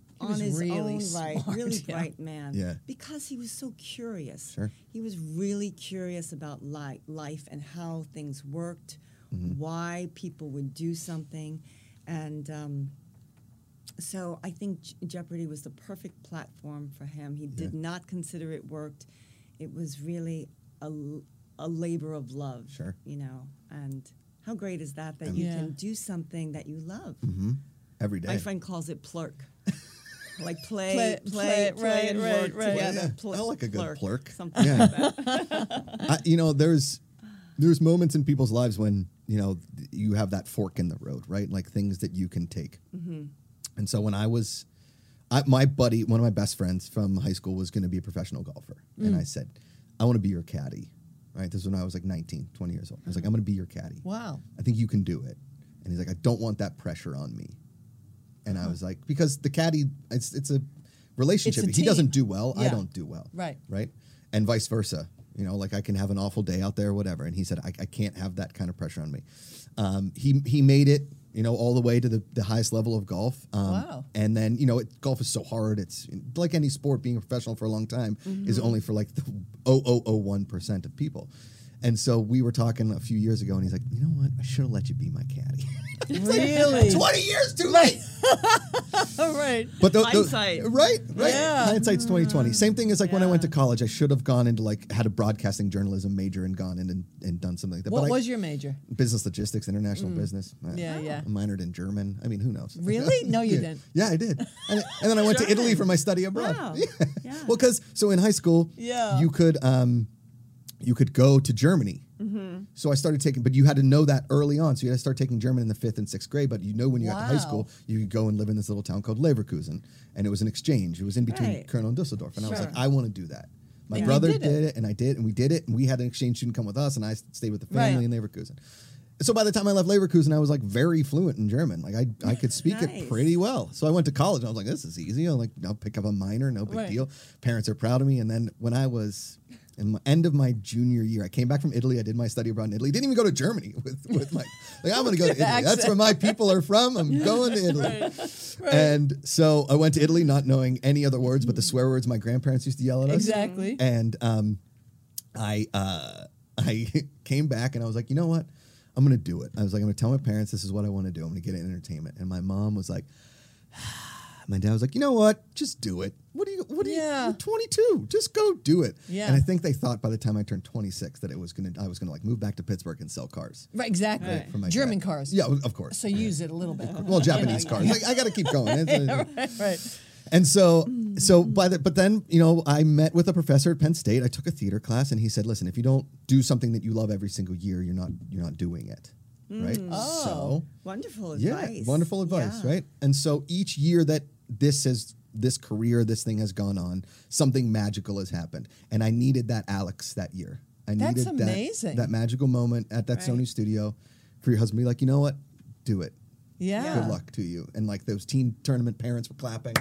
S3: on
S2: was
S3: his
S2: really
S3: own right,
S2: smart,
S3: really
S2: yeah.
S3: bright man.
S1: Yeah.
S3: Because he was so curious.
S1: Sure.
S3: He was really curious about li- life and how things worked, why people would do something, and um, so I think Je- Jeopardy was the perfect platform for him. He did not consider it worked. It was really a, l- a labor of love.
S1: Sure.
S3: You know, and how great is that that you
S2: Yeah.
S3: can do something that you love?
S1: Mm-hmm. Every day.
S3: My friend calls it plurk. like play,
S2: Play-
S3: play,
S2: play-
S3: play,
S2: right,
S3: and
S2: right,
S3: work
S2: right.
S3: together.
S1: Yeah,
S3: Pl-
S1: I like a good plurk.
S3: Something
S1: Yeah.
S3: like that.
S1: I, you know, there's there's moments in people's lives when you know th- you have that fork in the road, right? Like things that you can take.
S2: Mm-hmm.
S1: And so when I was, I, my buddy, one of my best friends from high school, was going to be a professional golfer,
S2: Mm.
S1: and I said, I want to be your caddy. Right? This is when I was like 19, 20 years old. I was like, I'm going to be your caddy.
S2: Mm. Wow.
S1: I think you can do it. And he's like, I don't want that pressure on me. And
S2: Uh-huh.
S1: I was like, because the caddy, it's it's a relationship.
S2: It's a
S1: he doesn't do
S2: team.
S1: well, I
S2: Yeah.
S1: don't do well.
S2: Right.
S1: Right. And vice versa. You know, like I can have an awful day out there, whatever. And he said, I, I can't have that kind of pressure on me. Um, he he made it, you know, all the way to the, the highest level of golf. Um,
S2: Wow.
S1: And then, you know, it, golf is so hard. It's like any sport, being a professional for a long time is
S2: Mm-hmm.
S1: only for like the 0001% of people. And so we were talking a few years ago, and he's like, you know what? I should have let you be my caddy.
S2: Really?
S1: 20 years too late.
S2: All right.
S1: But tho- tho-
S3: Hindsight. Mm.
S1: right, right.
S2: Yeah.
S1: Hindsight's twenty twenty. Same thing as like when I went to
S3: Yeah.
S1: college, I should have gone into like had a broadcasting journalism major and gone in and, and done something like that.
S2: What
S1: but
S2: was
S1: I,
S2: your major?
S1: business logistics, international business? Uh, I-
S2: Mm. Yeah, yeah.
S1: I minored in German. I mean, who knows?
S2: Really? No, you
S1: Yeah.
S2: didn't.
S1: Yeah, I did. And, and then I went to Italy for my study abroad.
S3: Wow.
S1: Yeah.
S3: Yeah.
S1: Well, because so in high school,
S2: Yeah.
S1: you could um, you could go to Germany.
S2: Mm-hmm.
S1: So I started taking, but you had to know that early on. So you had to start taking German in the fifth and sixth grade. But you know when you got to high
S2: Wow.
S1: school, you could go and live in this little town called Leverkusen, and it was an exchange. It was in between
S3: Right.
S1: Colonel and Düsseldorf, and I was
S3: Sure.
S1: like, I want to do that. My
S2: And you
S1: brother
S2: did
S1: did
S2: it.
S1: it. and I did, and we did it, and we had an exchange student come with us, and I s- stayed with the
S2: Right.
S1: family in Leverkusen. So by the time I left Leverkusen, I was like very fluent in German. Like I, I could speak it
S3: Nice.
S1: pretty well. So I went to college. and I was like, this is easy. I'm like, I'll pick up a minor, no big
S2: Right.
S1: deal. Parents are proud of me. And then when I was in the end of my junior year, I came back from Italy. I did my study abroad in Italy. Didn't even go to Germany with, with my like I'm gonna go to Italy. That's where my people are from. I'm going to Italy. And so I went to Italy not knowing any other words but the swear words my grandparents used to yell at us.
S2: Exactly.
S1: And um, I uh, I came back and I was like, you know what? I'm gonna do it. I was like, I'm gonna tell my parents this is what I want to do. I'm gonna get into entertainment. And my mom was like, my dad was like, you know what? Just do it. What do you? What do
S2: Yeah.
S1: you? You're 22. Just go do it.
S2: Yeah.
S1: And I think they thought by the time I turned 26 that it was gonna I was gonna like move back to Pittsburgh and sell cars.
S2: Right, exactly.
S3: Right,
S1: for my
S2: German
S1: dad.
S2: cars.
S1: Yeah, of course.
S2: So use it a little bit.
S1: well, Japanese cars. Like, I gotta keep going. It's- uh,
S2: right.
S1: and so, so by the, but then you know, I met with a professor at Penn State. I took a theater class, and he said, "Listen, if you don't do something that you love every single year, you're not you're not doing it, right?"
S2: Oh.
S1: So,
S3: Wonderful
S1: yeah,
S3: advice.
S1: wonderful advice,
S3: Yeah.
S1: right? And so each year that this has this career, this thing has gone on, something magical has happened, and I needed that Alex that year. I
S2: That's
S1: needed that-
S2: amazing.
S1: That, magical moment at that
S3: Right.
S1: Sony studio for your husband to be like, you know what, do it
S2: Yeah.
S1: good luck to you. And like those teen tournament parents were clapping.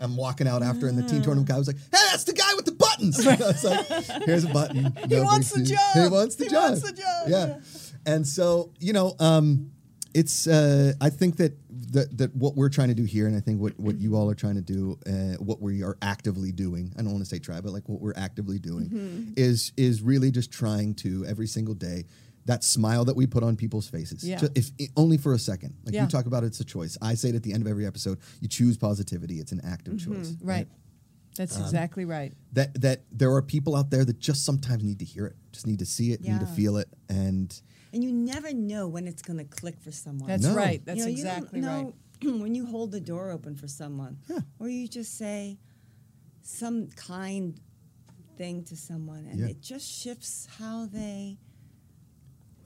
S1: I'm walking out after, and the
S2: Ah.
S1: teen tournament guy was like, "Hey, that's the guy with the buttons." I was like, "Here's a button. He
S2: wants the
S1: He
S2: job.
S1: wants the
S2: He
S1: job.
S2: wants the job.
S1: Yeah. And so you know, um, it's. Uh, I think that, that that what we're trying to do here, and I think what what you all are trying to do, uh, what we are actively doing. I don't want to
S2: Mm-hmm.
S1: say try, but like what we're actively doing is is really just trying to every single day that smile that we put on people's faces.
S2: Yeah.
S1: Ju- if i- only for a second. Like
S2: Yeah.
S1: you talk about it's a choice. I say it at the end of every episode. You choose positivity. It's an active choice.
S2: Right.
S1: Um,
S2: That's exactly right.
S1: That that there are people out there that just sometimes need to hear it. Just need to see it, need to
S3: Yeah.
S1: feel it and
S3: And you never know when it's going to click for someone.
S2: That's
S1: No.
S2: right. That's
S3: you know,
S2: exactly
S3: you
S2: right.
S3: don't know when you hold the door open for someone, or you just say some kind thing to someone, and
S1: Yeah.
S3: it just shifts how they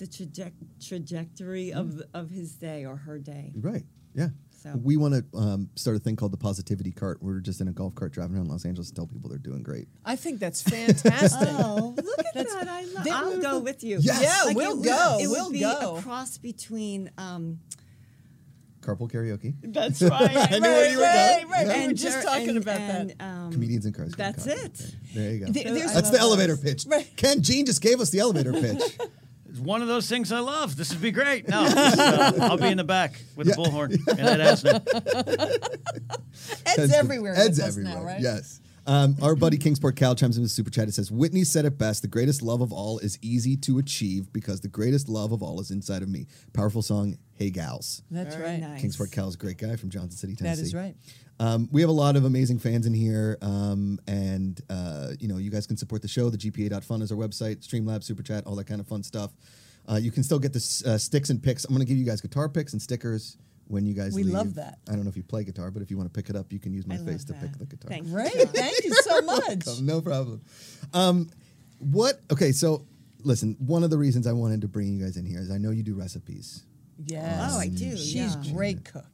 S3: the traject trajectory of
S1: Mm-hmm.
S3: of his day or her day.
S1: Right. Yeah.
S3: So-
S1: We want to um, start a thing called the Positivity Cart. We're just in a golf cart driving around Los Angeles and tell people they're doing great.
S2: I think that's fantastic.
S3: Oh, look at that! I love.
S2: Then
S3: I'll
S2: we'll-
S3: go with you.
S1: Yes. Yeah,
S3: it
S2: we'll
S3: would-
S2: go,
S3: It would
S2: we'll
S3: be
S2: go.
S3: a cross between. Um,
S1: Carpool karaoke.
S3: that's right.
S1: I knew where you were going.
S2: right. We were
S3: And
S2: just
S3: Jer-
S2: talking
S3: and-
S2: about
S3: and,
S2: that.
S3: um,
S1: Comedians and cars. getting
S3: that's
S1: coffee.
S3: it.
S1: There you go.
S2: Th- there's-
S1: That's
S2: I
S1: the
S2: love
S1: elevator pitch.
S2: Right.
S1: Ken Jean just gave us the elevator pitch.
S4: It's one of those things I love. This would be great. No, this is, uh, I'll be in the back with a
S1: Yeah.
S4: bullhorn and Ed Asner.
S2: Ed's everywhere.
S1: Ed's
S2: with us
S1: everywhere.
S2: Now, right?
S1: Yes. Um, our buddy Kingsport Cal chimes in with a super chat. It says, Whitney said it best the greatest love of all is easy to achieve because the greatest love of all is inside of me. Powerful song, Hey Gals.
S2: That's
S3: Very
S2: right.
S3: nice.
S1: Kingsport Cal's a great guy from Johnson City,
S2: That
S1: Tennessee.
S2: is right.
S1: Um, we have a lot of amazing fans in here, um, and uh, you know you guys can support the show. The GPA.fun is our website, Streamlabs, Super Chat, all that kind of fun stuff. Uh, you can still get the s- uh, sticks and picks. I'm going to give you guys guitar picks and stickers when you guys
S2: We
S1: leave.
S2: love that.
S1: I don't know if you play guitar, but if you want to pick it up, you can use my
S3: I
S1: face
S3: love
S1: to pick
S3: that.
S1: the guitar.
S3: Thank you.
S2: Right. Thank you so much.
S1: Welcome, No problem. Um, what? Okay, so listen. One of the reasons I wanted to bring you guys in here is I know you do recipes. Um,
S2: Yes.
S3: Oh, I do,
S2: She's
S3: yeah.
S2: great cook.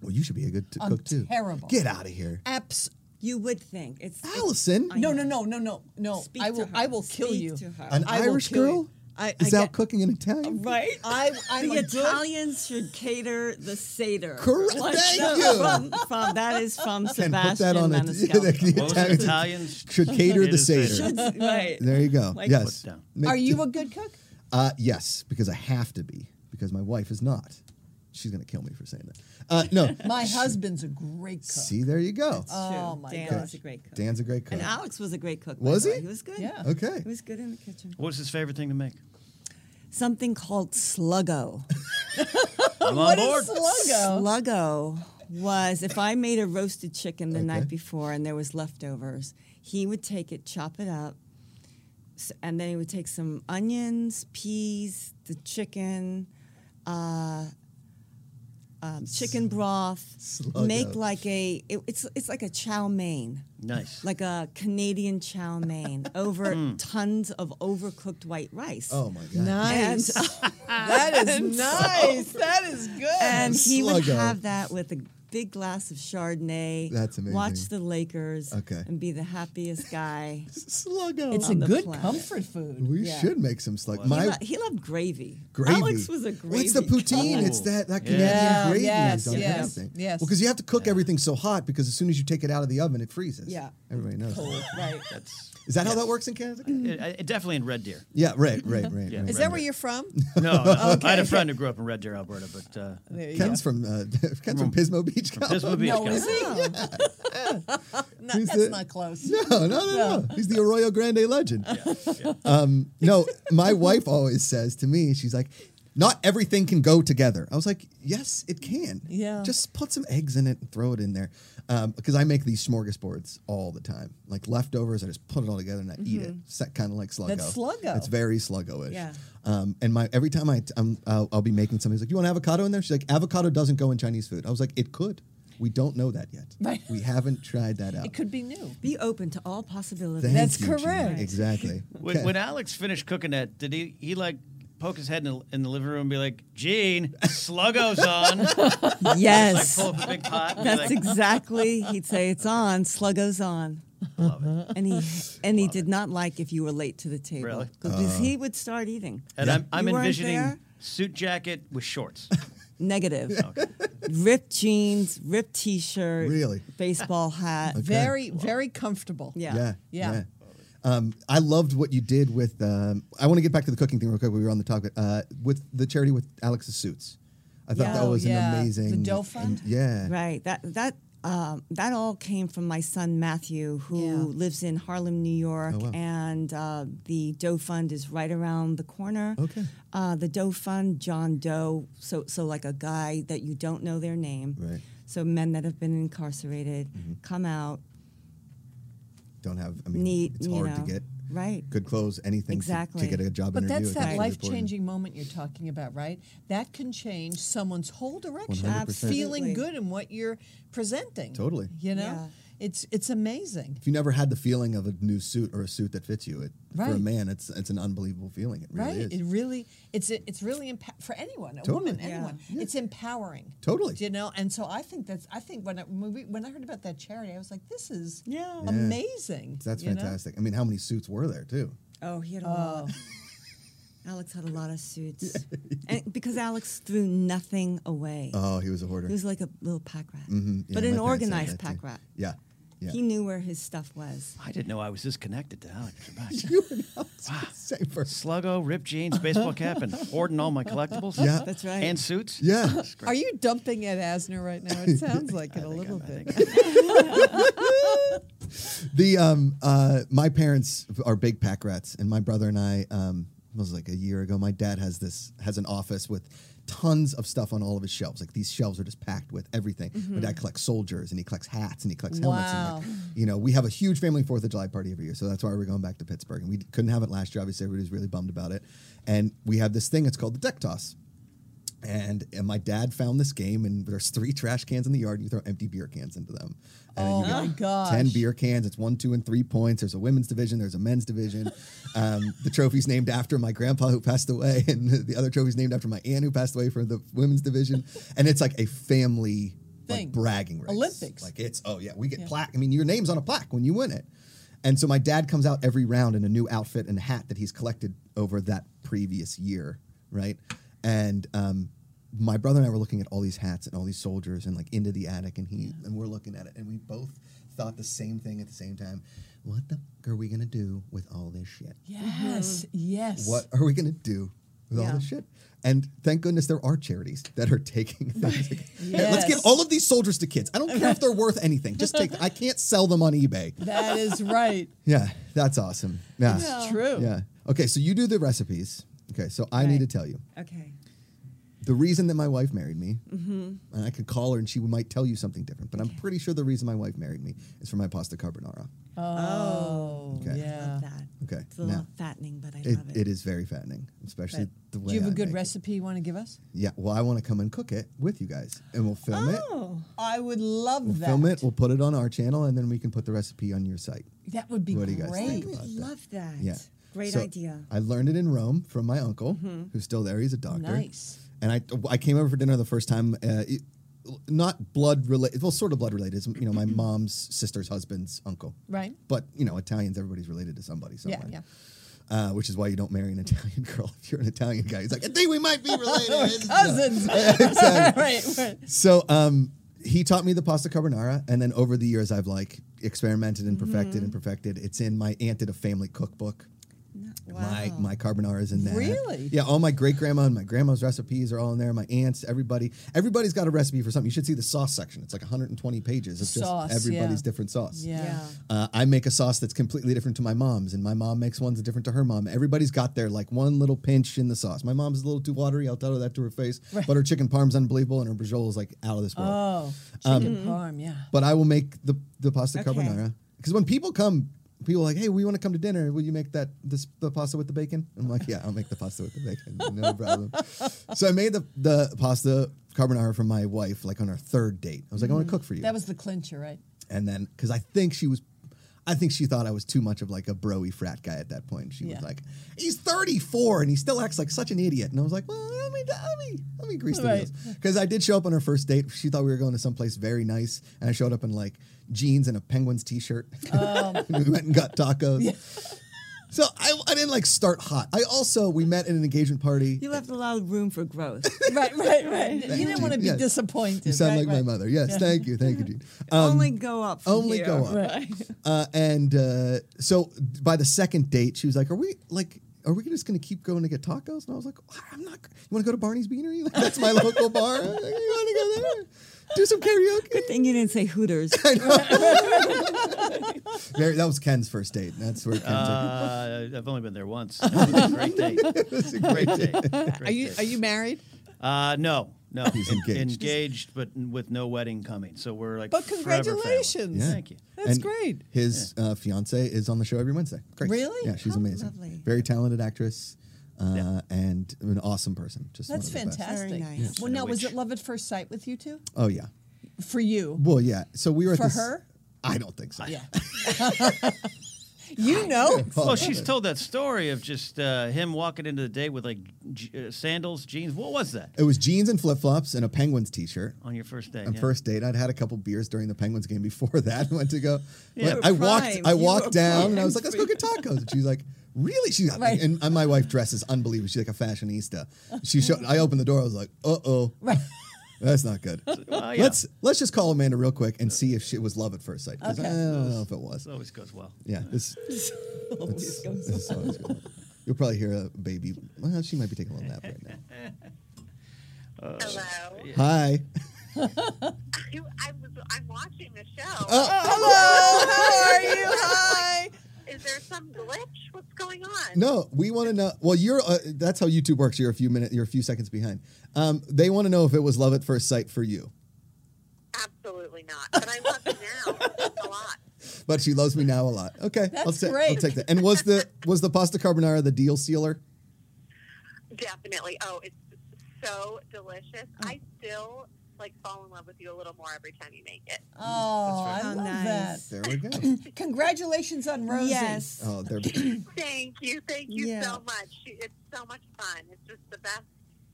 S1: Well, you should be a good t-
S2: I'm
S1: cook too.
S2: terrible.
S1: Get out of here,
S2: Abs.
S3: You would think it's it's-
S1: Allison.
S3: I
S2: No,
S3: know.
S2: no, no, no, no, no.
S3: Speak
S2: I
S3: to
S2: will.
S3: her.
S2: I will kill
S3: Speak
S2: you.
S3: to her.
S1: an
S2: I will
S1: Irish
S2: kill
S1: girl
S2: you. I, I
S1: is out
S2: get-
S1: cooking an Italian.
S3: Right?
S2: I, I'm
S3: the
S2: a good
S3: Italians should cater the Seder.
S1: Correct.
S3: Like,
S1: Thank
S3: no,
S1: you.
S3: From, from, that is
S1: Ken,
S3: from
S1: put
S3: Sebastian
S1: that on it.
S3: Maniscalco.
S1: The
S4: What was it,
S1: Italians
S4: Italians?
S1: should cater the
S4: Cater Seder.
S1: seder.
S3: right.
S1: There you go.
S3: Like-
S1: yes.
S4: Put down.
S1: Make-
S2: Are you a good cook?
S1: Uh, yes, because I have to be because my wife is not. She's gonna kill me for saying that. Uh, no.
S2: My husband's a great cook.
S1: See, there you go.
S2: Oh,
S3: True.
S2: my
S3: Dan
S2: gosh.
S3: was a great cook.
S1: Dan's a great cook.
S3: And Alex was a great cook. by
S1: Was
S3: the
S1: he?
S3: way. He was good.
S2: Yeah.
S1: Okay.
S3: He was good in the kitchen.
S4: What was his favorite thing to make?
S3: Something called sluggo.
S4: I'm on
S2: What
S4: board.
S2: is Sluggo?
S3: Sluggo was if I made a roasted chicken the
S1: Okay.
S3: night before and there was leftovers, he would take it, chop it up, s- and then he would take some onions, peas, the chicken, uh, um, chicken broth, make
S1: Sluggo.
S3: like a it- it's it's like a chow mein.
S4: Nice.
S3: Like a Canadian chow mein over
S2: Hmm.
S3: tons of overcooked white rice.
S1: oh my god.
S2: Nice.
S3: And-
S2: that is nice. That is good.
S3: and he would
S1: Sluggo.
S3: have that with a big glass of Chardonnay.
S1: That's amazing.
S3: Watch the Lakers.
S1: Okay.
S3: And be the happiest guy.
S1: Sluggo.
S2: it's a
S3: on the
S2: good
S3: planet.
S2: comfort food.
S1: we
S3: yeah.
S1: should make some slug.
S3: he,
S1: My
S3: lo- he loved gravy.
S1: gravy.
S3: Alex was a gravy.
S1: What's the poutine?
S4: cook.
S1: It's that that
S4: Yeah.
S1: Canadian
S2: Yeah,
S1: gravy
S2: yes,
S1: is on
S2: yes,
S1: everything.
S2: yes.
S1: Well, because you have to cook everything so hot because as soon as you take it out of the oven, it freezes.
S3: Yeah.
S1: Everybody knows. that.
S2: Right.
S4: That's
S1: Is that how that works in Canada?
S4: it, it- definitely in Red Deer.
S1: Yeah, right, right, right.
S4: Yeah.
S1: right.
S2: Is that where you're from?
S4: No, no. I had a friend who grew up in Red Deer, Alberta, but uh,
S2: There you
S1: Ken's from uh, Ken's from Pismo Beach.
S4: this would be
S2: go. No,
S4: kind of-
S2: is he? Oh. No,
S1: Who's
S2: that's
S1: the-
S2: not close.
S1: No, no, no, no. He's the Arroyo Grande legend.
S4: yeah.
S1: Um, no, my wife always says to me, she's like, "Not everything can go together." I was like, "Yes, it can.
S2: Yeah.
S1: just put some eggs in it and throw it in there." Because I make these smorgasbords all the time, like leftovers. I just put it all together and I eat it. It's kind of like sluggo.
S2: Mm-hmm. That's Sluggo.
S1: It's very sluggo-ish.
S3: Yeah.
S1: Um, and my every time I t- I'm, I'll, I'll be making something. He's like, "You want avocado in there?" She's like, "Avocado doesn't go in Chinese food." I was like, "It could. We don't know that yet.
S2: Right.
S1: We haven't tried that out."
S2: It could be new.
S3: Be open to all possibilities.
S1: Thank
S2: That's
S1: you, Gina.
S2: correct.
S1: Exactly.
S4: When,
S1: Okay.
S4: when Alex finished cooking that, did he he like poke his head in the, in the living room and be like, "Gene, Sluggo's on." like
S3: yes.
S4: pull up a big pot. And be
S3: That's
S4: like,
S3: exactly. He'd say it's on. Sluggo's on.
S4: Love it.
S3: And he and he did not like if you were late to the table
S4: Really?
S3: because
S1: Uh.
S3: he would start eating.
S4: And I'm, I'm
S3: You weren't
S4: envisioning
S3: there?
S4: suit jacket with shorts.
S3: Negative. Ripped jeans, ripped T-shirt,
S1: Really?
S3: baseball hat.
S2: Very, very comfortable.
S3: Yeah.
S1: yeah.
S2: Yeah.
S1: Yeah. Um, I loved what you did with. Um, I want to get back to the cooking thing real quick. We were on the topic uh, with the charity with Alex's suits. I thought
S3: Yeah.
S1: that
S2: Oh,
S1: was
S2: yeah.
S1: an
S2: The
S1: amazing.
S2: dough fund?
S1: yeah.
S3: Right. That that um, that all came from my son Matthew, who
S2: Yeah.
S3: lives in Harlem, New York,
S1: Oh, wow.
S3: and uh, the Doe Fund is right around the corner.
S1: Okay.
S3: Uh, the Doe Fund, John Doe, so so like a guy that you don't know their name.
S1: Right. Mm-hmm.
S3: So men that have been incarcerated come out,
S1: Don't have. I mean,
S3: need
S1: it's
S3: you
S1: hard to
S3: know,
S1: get
S3: right.
S1: good clothes, anything to-
S3: Exactly.
S1: to, get a job
S2: But
S1: interview.
S2: that's
S1: it's
S2: that
S1: actually
S2: life
S1: important.
S2: changing moment you're talking about, right? That can change someone's whole direction.
S1: 100%.
S2: Feeling
S3: Absolutely.
S2: good in what you're presenting.
S1: Totally.
S2: You know?
S3: Yeah.
S2: It's it's amazing.
S1: If you never had the feeling of a new suit or a suit that fits you, it, for a
S2: Right.
S1: man, it's it's an unbelievable feeling. It really
S2: right.
S1: is.
S2: It really it's it's really empa- for anyone, a
S1: Totally.
S2: woman,
S3: Yeah.
S2: anyone. It's empowering.
S1: Totally.
S2: You know, and so I think that's I think when I, when, we, when I heard about that charity, I was like, this is
S3: Yeah. Yeah.
S2: amazing.
S1: That's
S2: you know?
S1: fantastic. I mean, how many suits were there too?
S3: Oh, he
S1: Uh.
S3: had a lot. Alex had a lot of suits, and because Alex threw nothing away.
S1: Oh, he was a hoarder.
S3: He was like a little pack rat,
S1: Mhm. Yeah,
S3: but
S1: my
S3: an
S1: parents had
S3: organized
S1: that, too.
S3: pack rat.
S1: Yeah. Yeah.
S3: He knew where his stuff was.
S4: I didn't know I was this connected to Alex Trebek.
S1: you were not safe first.
S4: Sluggo, ripped jeans, baseball cap, and hoarding all my collectibles.
S1: Yeah.
S3: That's right.
S4: And suits.
S1: Yeah.
S4: That's great.
S2: Are you dumping at Asner right now? It sounds like it a
S4: I think
S2: little
S4: I'm- I
S2: bit.
S4: think
S1: The um uh my parents are big pack rats, and my brother and I um it was like a year ago. My dad has this has an office with tons of stuff on all of his shelves. Like these shelves are just packed with everything. My dad collects soldiers and he collects hats and he collects helmets. And like,
S2: Mm-hmm. Wow.
S1: you know, we have a huge family Fourth of July party every year, so that's why we're going back to Pittsburgh. And we couldn't have it last year. Obviously, everybody was really bummed about it. And we have this thing. It's called the deck toss. And, and my dad found this game, and there's three trash cans in the yard. And you throw empty beer cans into them. And
S2: Oh
S1: then you
S2: my
S1: get
S2: gosh.
S1: Ten beer cans. It's one, two, and three points. There's a women's division. There's a men's division. Um, the trophy's named after my grandpa who passed away, and the other trophy's named after my aunt who passed away for the women's division. And it's like a family
S2: Thing.
S1: like bragging race.
S2: Olympics.
S1: Like it's oh yeah, we get plaque. I mean, your name's on a plaque when you win it. And so my dad comes out every round in a new outfit and hat that he's collected over that previous year, right? And um, my brother and I were looking at all these hats and all these soldiers and like into the attic, and he and we're looking at it, and we both thought the same thing at the same time. What the f- are we gonna do with all this shit?
S2: Yes, yes.
S1: What are we going to do with all
S3: Yeah.
S1: this shit? And thank goodness there are charities that are taking things. Like, "Hey, let's give
S2: Yes.
S1: all of these soldiers to kids. I don't care if they're worth anything. Just take them. I can't sell them on eBay.
S2: That is right.
S1: Yeah, that's awesome. Yeah.
S2: It's true.
S1: Yeah. Okay, so you do the recipes. Okay, so I need
S3: Right.
S1: to tell you
S3: Okay.
S1: the reason that my wife married me, and I could call her and she might tell you something different, but I'm pretty sure the reason my wife married me is for my pasta carbonara.
S2: Oh,
S1: Okay.
S2: yeah.
S3: Love that.
S1: Okay,
S3: It's a little
S1: now-
S3: fattening, but I
S1: It,
S3: love it.
S1: it is very fattening, especially the way
S2: Do you have
S1: a
S2: a good recipe you want to give us?
S1: Yeah, well, I want to come and cook it with you guys, and we'll film it.
S3: Oh,
S2: I would love
S1: We'll
S2: that.
S1: film it. We'll put it on our channel, and then we can put the recipe on your site.
S2: That would be
S1: What do
S2: great.
S1: you guys
S3: I
S1: think?
S3: would
S1: about that.
S3: love that.
S1: Yeah,
S3: Great
S1: So,
S3: idea.
S1: I learned it in Rome from my uncle, who's still there. He's a doctor.
S2: Mm-hmm. Nice.
S1: And I, I came over for dinner the first time. Uh, it, not blood related, well, sort of blood related. It's, You know, my mom's sister's husband's uncle.
S2: Right.
S1: But you know, Italians, everybody's related to somebody.
S2: Yeah,
S1: Somewhere.
S2: yeah.
S1: Uh, which is why you don't marry an Italian girl if you're an Italian guy. He's like, I think we might be related.
S2: Cousins.
S1: Exactly.
S2: right, right.
S1: So um, he taught me the pasta carbonara, and then over the years I've like experimented and perfected
S2: Mm-hmm.
S1: and perfected. It's in my aunt did a family cookbook.
S3: No- wow.
S1: My my carbonara is in that.
S2: Really?
S1: Yeah. All my great grandma and my grandma's recipes are all in there. My aunts, everybody, everybody's got a recipe for something. You should see the sauce section. It's like 120 pages. It's
S2: Sauce,
S1: just everybody's
S2: yeah.
S1: different sauce.
S2: Yeah.
S3: Yeah.
S1: Uh, I make a sauce that's completely different to my mom's, and my mom makes ones that different to her mom. Everybody's got their like one little pinch in the sauce. My mom's a little too watery. I'll tell her that to her face. But her chicken parm's unbelievable, and her brujol is like out of this world.
S2: Oh,
S1: Um,
S2: chicken parm, yeah.
S1: But I will make the the pasta
S3: Okay.
S1: carbonara because when people come, people are like, hey, we want to come to dinner. Will you make that this the pasta with the bacon? I'm like, yeah, I'll make the pasta with the bacon, no problem. so I made the the pasta carbonara for my wife like on our third date. I was like, I want to cook for you
S2: That was the clincher, right?
S1: and then because I think she was, I think she thought I was too much of like a broy frat guy at that point. She
S2: Yeah.
S1: was like, "He's 34 and he still acts like such an idiot." And I was like, "Well, let me let me let me grease the
S2: Right.
S1: wheels," because I did show up on her first date. She thought we were going to someplace very nice, and I showed up in like jeans and a Penguins t-shirt.
S2: Um.
S1: we went and got tacos. So I, I didn't like start hot. I also we met at an engagement party.
S3: You left a lot of room for growth.
S2: right, right, right. You didn't want to be
S1: Yes.
S2: disappointed.
S1: You sound
S2: right,
S1: like
S2: right.
S1: my mother. Yes, thank you, thank you, Gene.
S3: only go up. From
S1: Um, only
S3: here.
S1: go up. Uh, and uh, so by the second date, she was like, "Are we like?" Are we just gonna keep going to get tacos? And I was like, I'm not. You want to go to Barney's Beanery? Like, that's my local bar. I was like, you want to go there? Do some karaoke.
S3: Good thing you didn't say Hooters.
S1: Very, that was Ken's first date. That's where Ken
S4: Uh, I've only been there once. It was a great date.
S1: took it.
S4: Great date. Great
S2: Are you
S4: date.
S2: are you married?
S4: Uh, no, no.
S1: He's
S4: En-
S1: engaged.
S4: Engaged, but n- with no wedding coming. So we're like.
S2: But
S4: forever family.
S2: congratulations.
S1: Yeah.
S4: Thank you.
S2: That's
S1: And
S2: great.
S1: His uh, fiance is on the show every Wednesday. Great.
S2: Really?
S1: Yeah, she's
S3: How
S1: amazing.
S3: lovely.
S1: Very talented actress uh,
S4: Yeah.
S1: and an awesome person. Just one
S2: That's
S1: of the best.
S2: fantastic.
S3: Very nice.
S2: Well,
S4: And a
S2: now was
S4: witch.
S2: it love at first sight with you two?
S1: Oh yeah.
S2: For you,
S1: Well, yeah. So we were at
S2: for
S1: this-
S2: her,
S1: I don't think so.
S2: yeah. you know,
S1: Oh,
S4: Well, she's
S1: okay.
S4: told that story of just uh, him walking into the date with like j- uh, sandals, jeans. What was that
S1: It was jeans and flip flops and a Penguins t-shirt.
S4: on your first date?
S1: On
S4: yeah.
S1: first date, I'd had a couple beers during the Penguins game before that. Went to go. But
S4: Yeah.
S3: You
S1: I
S3: were
S1: walked.
S3: primed.
S1: I
S3: You
S1: walked
S3: were
S1: down and I
S3: primed
S1: was like, "Let's go get tacos." And she's like, "Really?" She got
S2: Right.
S1: and, and my wife dresses unbelievable. She's like a fashionista. She showed. I opened the door. I was like, "Uh oh."
S2: right?
S1: That's not good.
S4: Well, yeah.
S1: Let's let's just call Amanda real quick and see if she it was love at first sight. 'cause
S2: Okay.
S1: I don't know if it was.
S4: This always goes well.
S1: Yeah, this,
S3: Always goes
S1: this is always good. You'll probably hear a baby. Well, she might be taking a little nap right now.
S5: Hello.
S1: Hi.
S5: You- I was, I'm watching the show.
S1: Uh,
S2: Hello, how are you? Hi.
S5: Is there some glitch? What's going on?
S1: No, we want to know. Well, you're uh, that's how YouTube works. You're a few minutes. You're a few seconds behind. Um, they want to know if it was love at first sight for you.
S5: Absolutely not. But I love you now a lot.
S1: But she loves me now a lot. Okay, I'll,
S2: That's
S1: ta- I'll
S2: great.
S1: take that. And was the was the pasta carbonara the deal sealer?
S5: Definitely. Oh, it's so delicious.
S1: Oh.
S5: I still like fall in love with you a little more every time you make it.
S2: Oh,
S4: right.
S2: I
S3: How
S2: love
S3: nice.
S1: There we go.
S2: that. Congratulations on Rosie.
S3: yes.
S1: Oh, there.
S5: Thank you. Thank you
S3: Yeah.
S5: so much. It's so much fun. It's just the best.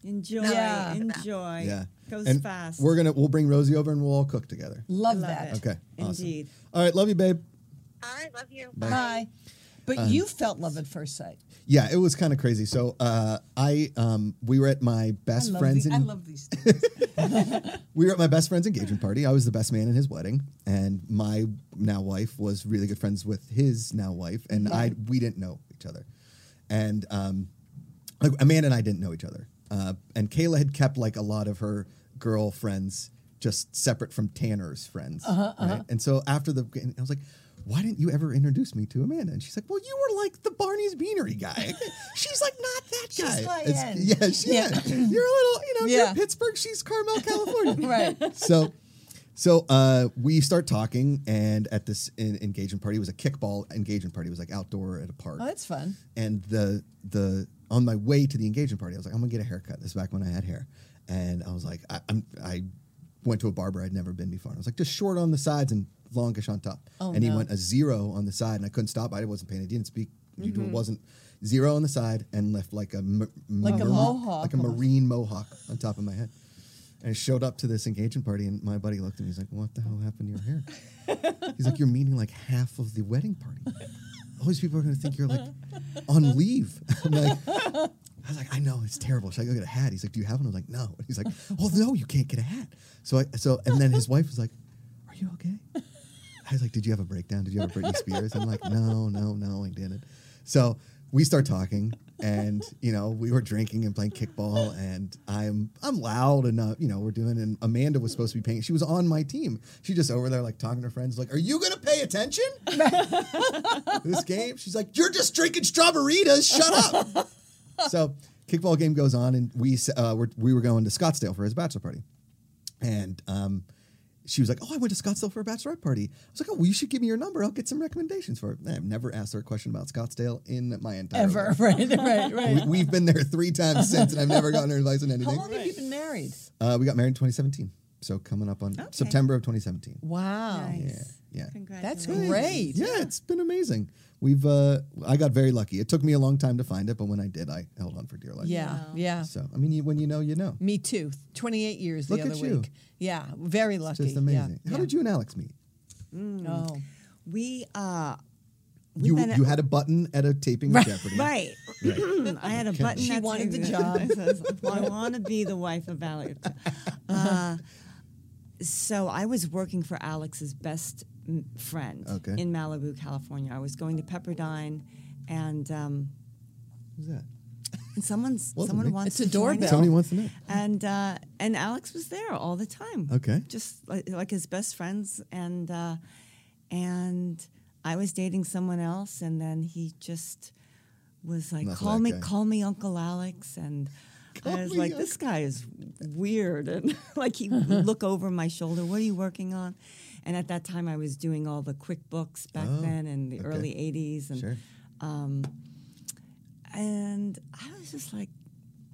S3: Enjoy.
S2: Yeah.
S3: Enjoy.
S1: Yeah.
S3: Goes
S1: and
S3: fast.
S1: We're gonna we'll bring Rosie over and we'll all cook together.
S2: Love,
S3: Love
S2: that.
S3: it.
S1: Okay. Awesome.
S3: Indeed.
S1: All right, love you, babe.
S5: All right. Love you.
S1: Bye.
S2: Hi. But
S1: Um,
S2: you felt love at first sight.
S1: Yeah, it was kind of crazy. So uh, I um, we were at my best
S2: I love
S1: friends
S2: the- I
S1: in
S2: love these. stories.
S1: we were at my best friend's engagement party. I was the best man in his wedding, and my now wife was really good friends with his now wife, and I we didn't know each other, and um, like Amanda and I didn't know each other, uh, and Kayla had kept like a lot of her girlfriends just separate from Tanner's friends,
S2: Uh-huh,
S1: right? And so after the, and I was like. Why didn't you ever introduce me to Amanda? And she's like, "Well, you were like the Barney's Beanery guy." she's like, "Not that
S2: She's
S1: guy."
S2: high
S1: It's-
S2: end.
S1: Yeah, she
S2: Yeah.
S1: is. You're a little, you know, you're
S2: Yeah.
S1: Pittsburgh. She's Carmel, California.
S2: right.
S1: so so uh, we start talking and at this en- engagement party it was a kickball engagement party it was like outdoor at a park
S2: Oh, that's fun.
S1: and the the on my way to the engagement party i was like i'm gonna get a haircut this is back when i had hair and i was like i I'm, i went to a barber i'd never been before and i was like just short on the sides and longish on top
S2: Oh,
S1: and he
S2: no.
S1: went a zero on the side and i couldn't stop i wasn't paying attention didn't speak you
S2: Mm-hmm.
S1: do it wasn't zero on the side and left like a m-
S2: Like a
S1: marine-
S2: mohawk
S1: like a
S2: almost.
S1: marine mohawk on top of my head and I showed up to this engagement party, and my buddy looked at me. He's like, "What the hell happened to your hair?" He's like, "You're meeting like half of the wedding party. All these people are gonna think you're like on leave." I'm like, I was like, "I know it's terrible. Should I go get a hat?" He's like, "Do you have one?" I was like, "No." And he's like, "Oh no, you can't get a hat." So I so and then his wife was like, "Are you okay?" I was like, "Did you have a breakdown? Did you have a Britney Spears?" I'm like, "No, no, no, I didn't." So we start talking, and you know, we were drinking and playing kickball, and I'm I'm loud and uh, you know we're doing. And Amanda was supposed to be paying. She was on my team. She just over there like talking to her friends, like, "Are you gonna pay attention to this game?" She's like, "You're just drinking strawberries. Shut up." so kickball game goes on, and we s- uh, we're, we were going to Scottsdale for his bachelor party and um, she was like, "Oh, I went to Scottsdale for a bachelorette party." I was like, "Oh, well, you should give me your number. I'll get some recommendations for it." I've never asked her a question about Scottsdale in my entire
S2: Ever.
S1: life.
S2: Right, right, right.
S1: We, have been there three times since, and I've never gotten her advice on
S2: How
S1: anything.
S2: long have you been married?
S1: Uh, we got married in 2017, so coming up on September of 2017.
S2: Wow.
S3: Nice.
S1: Yeah, yeah.
S2: That's
S3: Congratulations.
S2: great.
S1: Yeah, it's been amazing. We've uh, I got very lucky. It took me a long time to find it, but when I did, I held on for dear life.
S2: Yeah, yeah.
S1: So I mean, you, when you know, you know.
S2: Me too. 28 years the
S1: Look
S2: other
S1: at you.
S2: week. Yeah, very lucky.
S1: Just amazing.
S2: Yeah.
S1: How did you and Alex meet?
S2: Oh.
S3: We uh we've
S1: You
S3: been
S1: you had a button at a taping of Jeopardy.
S3: right. I had a button.
S2: She
S3: that's
S2: wanted the
S3: hanging.
S2: job.
S3: It says, I want to be the wife of Alex. Uh, so I was working for Alex's best m- friend
S1: Okay.
S3: in Malibu, California. I was going to Pepperdine, and um,
S1: Who's that?
S3: and someone's
S1: Well,
S3: someone
S1: Nick-
S3: wants
S2: It's a
S3: to join
S2: doorbell.
S3: it.
S1: Tony wants to know.
S3: and uh, and Alex was there all the time.
S1: Okay.
S3: just like, like his best friends, and uh, and I was dating someone else, and then he just was like,
S1: Enough of
S3: "Call
S1: that
S3: me,
S1: guy."
S3: call me Uncle Alex," and
S1: Call
S3: I was
S1: me
S3: like, "This guy is weird," and like he would look over my shoulder. What are you working on? And at that time, I was doing all the QuickBooks back
S1: Oh,
S3: then in the
S1: okay.
S3: early '80s, and
S1: Sure.
S3: and I was just like,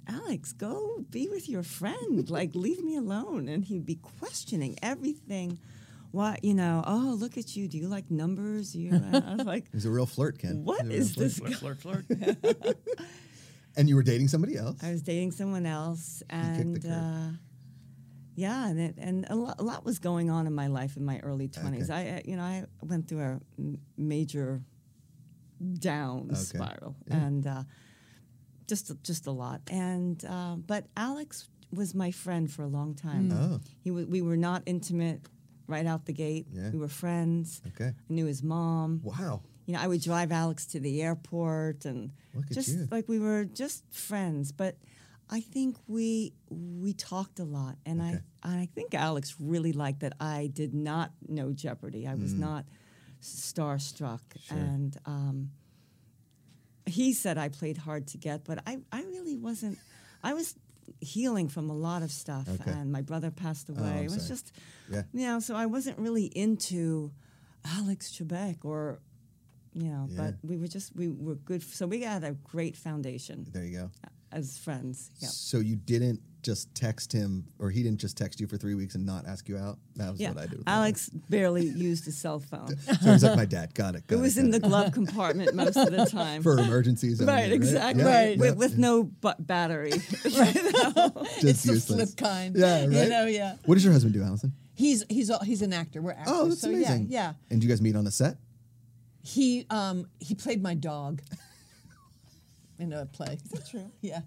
S3: Alex, go be with your friend. Like, leave me alone. And he'd be questioning everything. What, you know, oh, look at you. Do you like numbers? You, uh," I was like,
S1: He's a real flirt, Ken.
S3: What
S1: He's a real
S3: is
S1: flirt.
S3: this
S4: Flirt, flirt, flirt.
S1: And you were dating somebody else.
S3: I was dating someone else.
S1: kicked the
S3: And,
S1: curb.
S3: uh, yeah, and, it, and a, lot, a lot was going on in my life in my early 20s. I, I, you know, I went through a m- major down spiral and uh, just just a lot. And uh, but Alex was my friend for a long time.
S1: Oh.
S3: He wa we were not intimate right out the gate.
S1: Yeah.
S3: We were friends.
S1: Okay.
S3: I knew his mom.
S1: Wow.
S3: You know, I would drive Alex to the airport and
S1: Look at
S3: just
S1: you.
S3: like we were just friends, but I think we we talked a lot and
S1: Okay.
S3: I and I think Alex really liked that I did not know Jeopardy. I was
S1: Mm.
S3: not starstruck and um, he said I played hard to get, but I, I really wasn't. I was healing from a lot of stuff,
S1: Okay. Oh,
S3: and my brother passed away.
S1: I'm
S3: it
S1: sorry.
S3: was just,
S1: Yeah.
S3: you know, so I wasn't really into Alex Trebek or, you know,
S1: Yeah.
S3: but we were just, we were good. So we had a great foundation
S1: There you go.
S3: as friends. Yeah.
S1: So you didn't just text him, or he didn't just text you for three weeks and not ask you out. That was
S3: Yeah.
S1: what I did. with my
S3: Alex barely used his cell phone.
S1: life. So he's like my dad. Got it.
S3: it
S1: got
S3: was
S1: got
S3: in the glove compartment most of the time.
S1: for emergencies. only,
S3: Right, exactly.
S1: Yeah,
S2: Right.
S1: yeah.
S3: With, with no bu- battery.
S1: Just
S2: it's the
S1: useless.
S2: flip kind.
S1: Yeah, right.
S2: You know, yeah.
S1: What does your husband do, Allison?
S2: He's he's a- he's an actor. We're actors.
S1: Oh, that's
S2: so
S1: amazing.
S2: yeah, yeah.
S1: And you guys meet on the set?
S2: He um he played my dog in a play. Is that true? Yeah.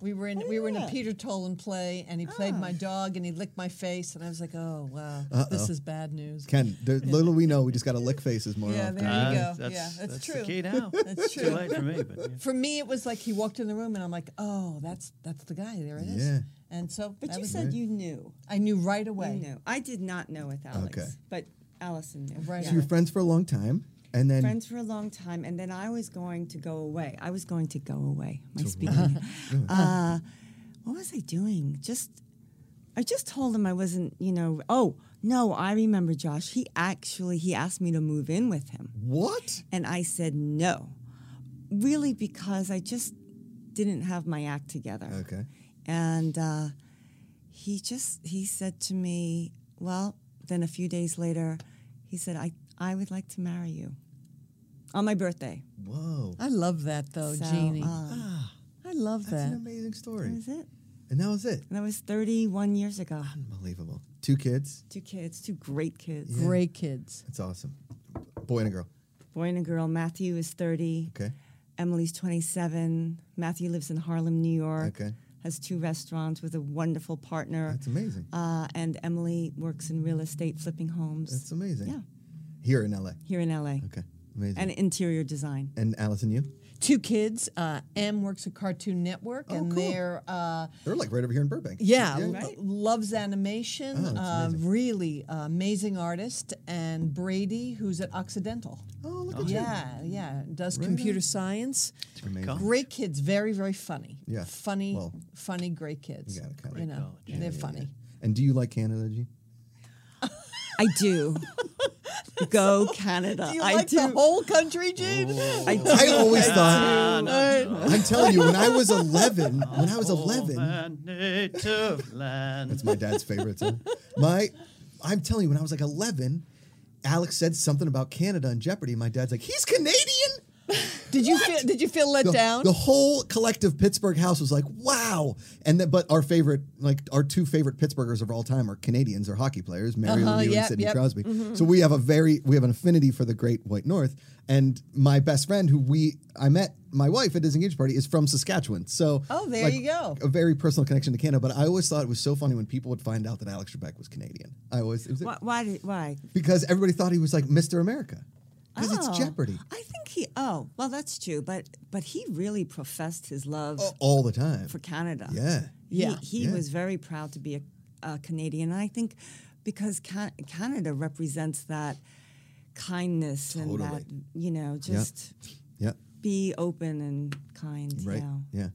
S2: We were
S1: Oh,
S2: in we were in a
S3: that.
S2: Peter Tolan play and he played
S1: Ah.
S2: my dog and he licked my face and I was like, Oh wow, this is bad news.
S1: Ken, there, little we know, we just got to lick faces more
S2: Yeah,
S1: often.
S2: there you go.
S4: Uh, That's,
S2: yeah, that's, true.
S4: the key now.
S2: That's
S4: Too
S2: true.
S4: late for me, but yeah.
S2: For me it was like he walked in the room and I'm like, Oh, that's that's the guy, there it is.
S1: Yeah.
S2: And so
S3: But
S2: that
S3: you
S2: was-
S3: said you knew.
S2: I knew right away.
S3: You knew. I did not know with Alex,
S1: Okay.
S3: but Allison knew.
S2: Right.
S1: So you're friends for a long time, and then
S3: Friends for a long time, and then I was going to go away. I was going to go away. My speaking. uh, what was I doing? Just, I just told him I wasn't. You know. Oh no, I remember Josh. He actually he asked me to move in with him.
S1: what?
S3: And I said no, really because I just didn't have my act together.
S1: Okay.
S3: And uh, he just he said to me, well, then a few days later, he said, I I would like to marry you on my birthday.
S1: Whoa. Ah,
S2: I love that
S1: Oh,
S2: though,
S3: So,
S2: Jeannie.
S3: um,
S2: I love
S1: That's an
S2: that.
S1: amazing story.
S3: that was it.
S1: And that was it.
S3: And that was 31 years ago.
S1: Unbelievable. Two kids.
S3: Two kids, two great kids,
S2: Great kids.
S1: That's awesome. Boy and a girl.
S3: boy and a girl. Matthew is 30.
S1: Okay.
S3: Emily's 27. Matthew lives in Harlem, New York.
S1: Okay.
S3: Has two restaurants with a wonderful partner.
S1: That's amazing.
S3: uh, and Emily works in real estate, flipping homes
S1: That's amazing.
S3: yeah.
S1: Here in LA.
S3: here in LA.
S1: Okay. Amazing. And,
S3: And interior design.
S1: Allison, you?
S2: two kids. Uh, M works at Cartoon Network, and
S1: Oh, cool.
S2: they're uh,
S1: They're like right over here in Burbank.
S2: yeah, lo-
S3: Right.
S2: loves animation.
S1: Oh, that's
S2: uh,
S1: amazing.
S2: really uh, amazing artist, and Brady, who's at Occidental.
S1: Oh, look at you.
S2: Yeah, yeah, does computer science.
S1: Amazing.
S2: Great kids, very very funny.
S1: Oh. Yeah,
S2: funny,
S1: well,
S2: funny, great kids.
S1: you gotta kinda-
S2: you know,
S4: college.
S2: they're funny.
S1: And do you like Canada, Gene?
S3: I do. Go Canada.
S2: Do you
S3: I
S2: like
S3: do.
S2: the whole country, Gene?
S3: I do.
S1: I always thought.
S4: Ah, no, no.
S1: I'm telling you, when I was 11, when I was 11,
S4: my native land.
S1: It's my dad's favorite song. My, I'm telling you, when I was like 11, Alex said something about Canada and Jeopardy. My dad's like, he's Canadian.
S2: Did you feel? Did you feel let
S1: The,
S2: down?
S1: the whole collective Pittsburgh house was like, wow. And then, but our favorite, like our two favorite Pittsburghers of all time are Canadians or hockey players, Mary
S2: Uh-huh,
S1: Lemieux and
S2: yep,
S1: Sidney
S2: yep. Mm-hmm.
S1: Crosby. So we have a very, we have an affinity for the great white North. And my best friend who we, I met my wife at his engagement party is from Saskatchewan. So,
S2: Oh, there you go.
S1: A very personal connection to Canada. But I always thought it was so funny when people would find out that Alex Trebek was Canadian. I always, it was
S3: Why? Why? Did, why?
S1: because everybody thought he was like Mr. America. Because
S3: Oh,
S1: it's Jeopardy.
S3: I think he. Oh, well, that's true. But but he really professed his love
S1: all the time.
S3: for Canada.
S1: Oh. Yeah.
S3: He-
S2: Yeah.
S3: He,
S1: Yeah.
S3: was very proud to be a, a Canadian. And I think because Can- Canada represents that kindness and that,
S1: Totally.
S3: you know, just
S1: Yeah.
S3: be open and kind.
S1: Right.
S3: You know.
S1: Yeah.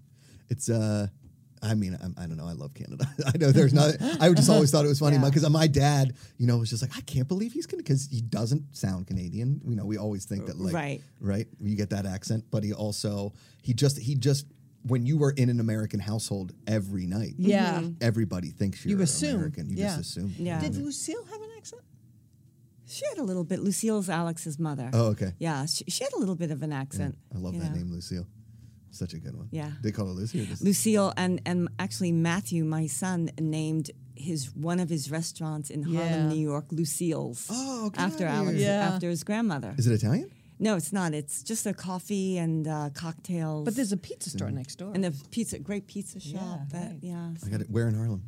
S1: It's uh I mean, I'm, I don't know. I love Canada. I know there's not. I just always thought it was funny
S3: Yeah.
S1: because my dad, you know, was just like, I can't believe he's gonna because he doesn't sound Canadian. You know, we always think that like,
S3: Right.
S1: right, you get that accent. But he also, he just, he just, when you were in an American household every night,
S2: Yeah.
S1: everybody thinks you're
S2: assume,
S1: American. You just
S2: yeah.
S1: assume.
S3: Yeah.
S2: Did Lucille have an accent?
S3: She had a little bit. Lucille's Alex's mother.
S1: Oh, okay.
S3: Yeah. She, she had a little bit of an accent.
S1: I love
S3: you
S1: that
S3: know.
S1: name, Lucille. Such a good one.
S3: Yeah.
S1: They call her Lucy. Or just,
S3: Lucille and and actually Matthew, my son, named his one of his restaurants in Harlem,
S2: Yeah.
S3: New York, Lucille's.
S1: Oh, get
S3: after
S1: outta
S3: Alex,
S1: here.
S2: Yeah.
S3: after his grandmother.
S1: is it Italian?
S3: No, it's not. It's just a coffee and uh, cocktails.
S2: But there's a pizza store next door.
S3: and a pizza, great pizza shop.
S2: Yeah,
S3: that,
S2: right.
S3: yeah.
S1: I got it. Where in Harlem?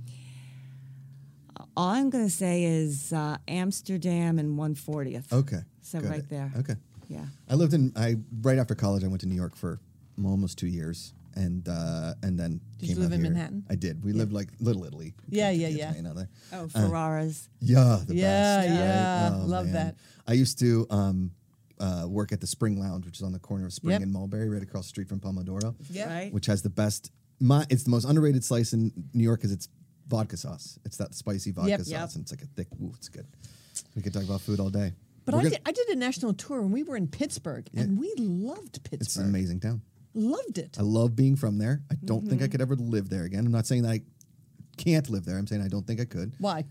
S3: All I'm gonna say is uh, Amsterdam and 140th.
S1: Okay.
S3: So
S1: got
S3: right
S1: it.
S3: there.
S1: Okay.
S3: Yeah.
S1: I lived in I right after college I went to New York for almost two years and uh, and then
S2: Did
S1: came
S2: you live
S1: out
S2: in
S1: here.
S2: Manhattan?
S1: I did. We lived like Little Italy.
S2: Yeah,
S1: Can't
S2: yeah,
S1: be
S2: yeah.
S1: Italian out there.
S3: Oh, Ferraras.
S1: Yeah, the
S2: Yeah,
S1: best.
S2: yeah.
S1: right? Oh,
S2: Love that.
S1: I used to um, uh, work at the Spring Lounge, which is on the corner of Spring
S2: Yep.
S1: and Mulberry, right across the street from Pomodoro.
S2: Yeah.
S3: Right.
S1: Which has the best. My it's the most underrated slice in New York because it's vodka sauce. It's that spicy vodka
S2: Yep.
S1: sauce,
S2: Yep.
S1: and it's like a thick. Ooh, it's good. We could talk about food all day.
S2: But
S1: We're
S2: I
S1: gonna-
S2: did, I did a national tour and we were in Pittsburgh and we loved Pittsburgh.
S1: it's an amazing town.
S2: Loved it.
S1: I love being from there. I don't think I could ever live there again. I'm not saying that I can't live there. I'm saying I don't think I could.
S2: Why?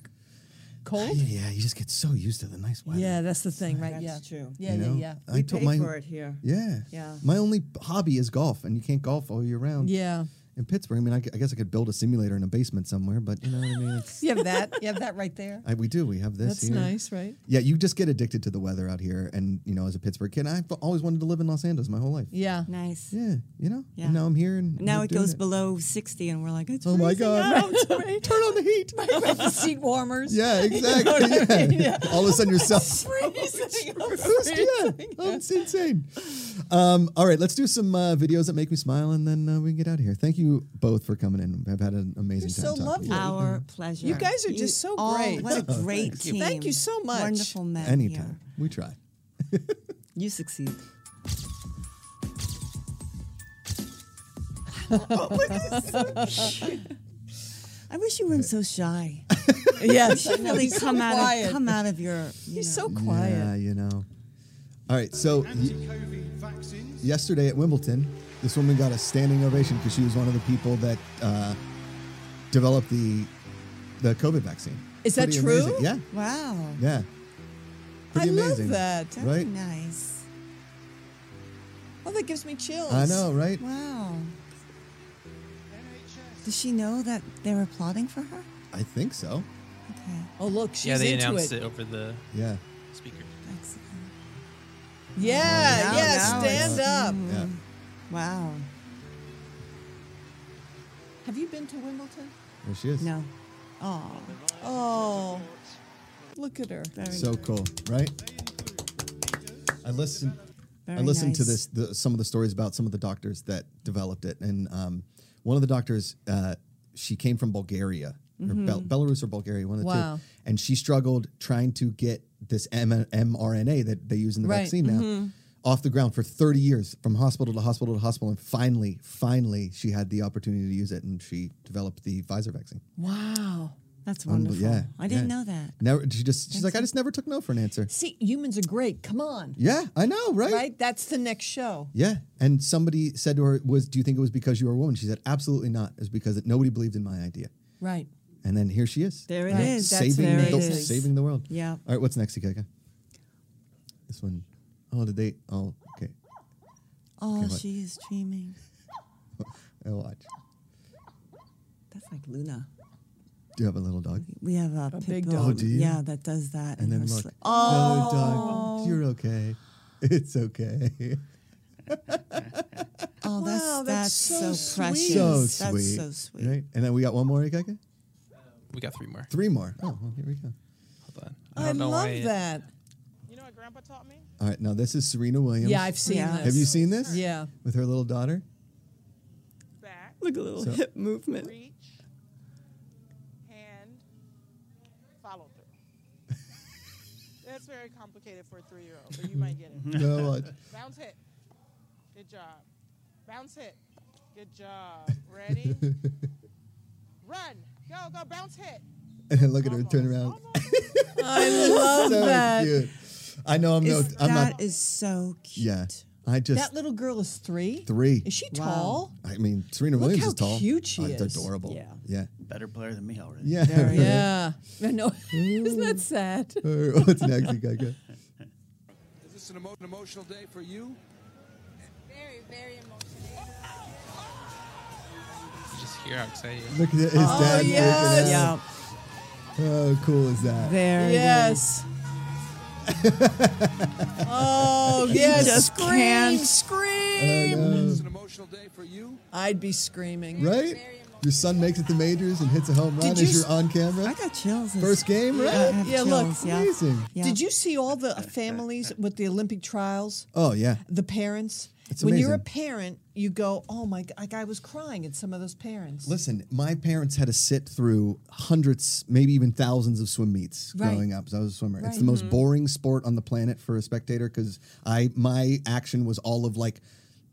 S2: Cold?
S1: Yeah, you just get so used to the nice weather.
S2: Yeah, that's the thing, right?
S3: That's
S2: yeah.
S3: true.
S2: Yeah,
S1: you know?
S2: yeah, yeah.
S1: I told my
S3: here.
S1: yeah
S3: Yeah.
S1: My only hobby is golf, and you can't golf all year round.
S2: Yeah.
S1: In Pittsburgh, I mean, I, gu- I guess I could build a simulator in a basement somewhere, but you know what I mean. It's,
S2: You have that. You have that right there.
S1: I, we do. We have this.
S2: That's
S1: here.
S2: nice, right?
S1: Yeah, you just get addicted to the weather out here, and you know, as a Pittsburgh kid, I've always wanted to live in Los Angeles my whole life.
S2: Yeah.
S3: Nice.
S1: Yeah, you know.
S3: Yeah.
S1: And now I'm here, and
S3: Now
S1: we're
S3: it
S1: doing
S3: goes below 60, and we're like, it's
S1: Oh my
S3: freezing
S1: God!
S3: out.
S1: Turn on the heat.
S2: With the seat warmers.
S1: Yeah, exactly. yeah. All of a sudden, you're self.
S2: Freezing.
S1: yeah, Oh, it's insane. Um, all right, let's do some uh, videos that make me smile, and then uh, we can get out of here. Thank you both for coming in. I've had an amazing
S2: You're
S1: time.
S2: so
S1: talking to you.
S3: Our pleasure.
S2: You guys are just so
S3: all-
S2: great.
S3: What a great team.
S2: Thank you so much.
S3: Wonderful men.
S1: Anytime
S3: here.
S1: we try.
S3: You succeed. I wish you weren't so shy.
S2: Yes.
S3: Really
S2: He's so
S3: come out
S2: quiet.
S3: of come out of your. You
S2: He's
S3: know.
S2: so quiet.
S1: Yeah, you know. All right, so y-
S6: Anti-COVID vaccines.
S1: yesterday at Wimbledon, this woman got a standing ovation because she was one of the people that uh, developed the the COVID vaccine.
S2: Is that
S1: Pretty
S2: true?
S1: amazing. Yeah,
S3: wow.
S1: yeah.
S2: I
S1: Pretty
S2: love
S1: amazing.
S2: that.
S3: Very
S1: Right?
S3: nice.
S2: Oh, that gives me chills.
S1: I know, right?
S3: Wow. Does she know that they were applauding for her?
S1: I think so.
S3: Okay.
S2: Oh, look, she's
S7: yeah, they
S2: into
S7: announced
S2: it.
S7: it. over the
S1: Yeah.
S7: speaker.
S3: Excellent.
S2: Yeah,
S3: Now-
S2: yeah.
S3: now
S2: stand
S3: it's-
S2: up.
S1: Yeah.
S3: Wow.
S2: Have you been to Wimbledon?
S1: There she is.
S3: No. Oh.
S2: Oh, look at her.
S3: Very,
S1: So cool, right? I listened.
S3: very
S1: I listened to this.
S3: nice.
S1: The, some of the stories about some of the doctors that developed it, and um, one of the doctors, uh, she came from Bulgaria or
S3: Mm-hmm.
S1: Bel- Belarus or Bulgaria, one of the
S2: Wow.
S1: two, and she struggled trying to get this M- mRNA that they use in the
S2: Right,
S1: vaccine now.
S3: Mm-hmm.
S1: Off the ground for 30 years, from hospital to hospital to hospital, and finally, finally, she had the opportunity to use it, and she developed the Pfizer vaccine.
S2: Wow.
S3: That's
S1: Unbe-
S3: wonderful.
S1: yeah,
S3: I didn't
S1: yeah.
S3: know that.
S1: Never, she just, she's like, I just never took no for an answer.
S2: See, humans are great. Come on.
S1: Yeah, I know,
S2: Right? That's the next show.
S1: Yeah. And somebody said to her, "Was do you think it was because you were a woman?" She said, "Absolutely not. It was because it, nobody believed in my idea."
S2: Right.
S1: And then here she is.
S3: There it
S1: it is,
S3: is. That's
S1: saving
S3: there
S1: the,
S3: it is.
S1: saving the world.
S3: Yeah.
S1: All right, what's next, Ikeka? This one. Oh, did they? Oh, okay.
S3: Oh,
S1: what?
S3: she is dreaming.
S1: I'll watch.
S3: That's like Luna.
S1: Do you have a little dog?
S3: We have a, pit
S2: big
S3: bull.
S2: dog.
S1: Oh, do you?
S3: Yeah, that does that.
S1: And then
S3: we're
S1: look.
S3: sli-
S1: Oh, dog. You're okay. It's okay.
S3: oh, that's
S2: Wow, that's
S3: that's,
S2: so
S3: so precious.
S2: sweet.
S1: so
S3: that's
S1: sweet.
S3: so sweet.
S1: Right? And then we got one more, Ikeka?
S7: We got three more.
S1: Three more. Oh, well, here we go.
S7: Hold on.
S2: I,
S7: don't know
S2: love
S7: why it-
S2: that.
S8: You know what,
S6: grandpa taught me.
S1: All right, now this is Serena Williams.
S2: Yeah, I've seen
S3: Yeah.
S2: this.
S1: Have you seen this?
S2: Yeah.
S1: With her little daughter?
S6: Back,
S3: Look a little
S1: So-
S3: hip movement.
S6: reach, hand, follow through. That's very complicated for a three-year-old, but you might get it.
S1: No, uh,
S6: Bounce hit. Good job. Bounce hit. Good job. Ready? Run. Go, go, bounce hit.
S1: and look at her turn around.
S6: Almost,
S2: I love
S1: so
S2: that.
S1: cute. I know I'm no.
S3: Is-
S1: I'm
S3: that
S1: not.
S3: is so cute.
S1: yeah. I just.
S2: That little girl is three.
S1: Three.
S2: Is she
S3: Wow.
S2: tall?
S1: I mean, Serena
S2: Look
S1: Williams
S2: how
S1: is tall.
S2: cute she
S1: Oh, it's
S2: is.
S1: adorable.
S3: Yeah.
S1: Yeah.
S4: Better player than me already.
S1: Yeah.
S3: Very.
S2: Yeah. I know. Isn't that sad?
S1: Alright, What's next, Gaga?
S7: Is this an, emo- an emotional day for you?
S8: Very, very emotional.
S9: Just hear how excited. you are.
S1: Look at his dad.
S2: Oh, yes.
S1: Yeah. How cool is that?
S3: There.
S2: Yes. oh, yes.
S3: just
S2: scream,
S3: can't.
S2: scream.
S7: It's an emotional day for you?
S2: I'd be screaming.
S1: Right? Your son makes it to majors and hits a home run
S2: Did
S1: as
S2: you
S1: you're on camera.
S3: I got chills.
S1: First game, right?
S3: I have
S2: Yeah, look.
S3: chills, yeah.
S1: Amazing.
S3: Yeah.
S2: Did you see all the families with the Olympic trials?
S1: Oh, yeah.
S2: The parents?
S1: It's
S2: when you're a
S1: amazing.
S2: parent, you go, oh my, g- like I was crying at some of those parents.
S1: Listen, my parents had to sit through hundreds, maybe even thousands of swim meets
S2: Right.
S1: growing up. 'cause I was a swimmer. It's
S2: Right. Mm-hmm.
S1: the most boring sport on the planet for a spectator because I my action was all of like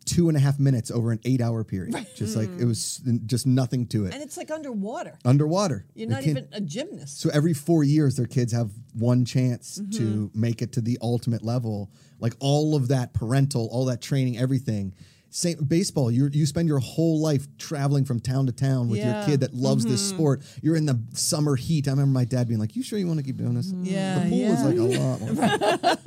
S1: two and a half minutes over an eight hour period. Just like it was just nothing to it.
S2: Mm. And it's like underwater.
S1: Underwater.
S2: You're
S1: The
S2: not
S1: kid-
S2: even a gymnast.
S1: So every four years, their kids have one chance
S2: Mm-hmm.
S1: to make it to the ultimate level. Like all of that parental, all that training, everything. Same baseball. You you spend your whole life traveling from town to town with your
S2: Yeah. Mm-hmm.
S1: kid that loves this sport. You're in the summer heat. I remember my dad being like, "You sure you want to keep doing this?"
S2: Mm, Yeah,
S1: the pool is
S2: yeah.
S1: like a lot. More.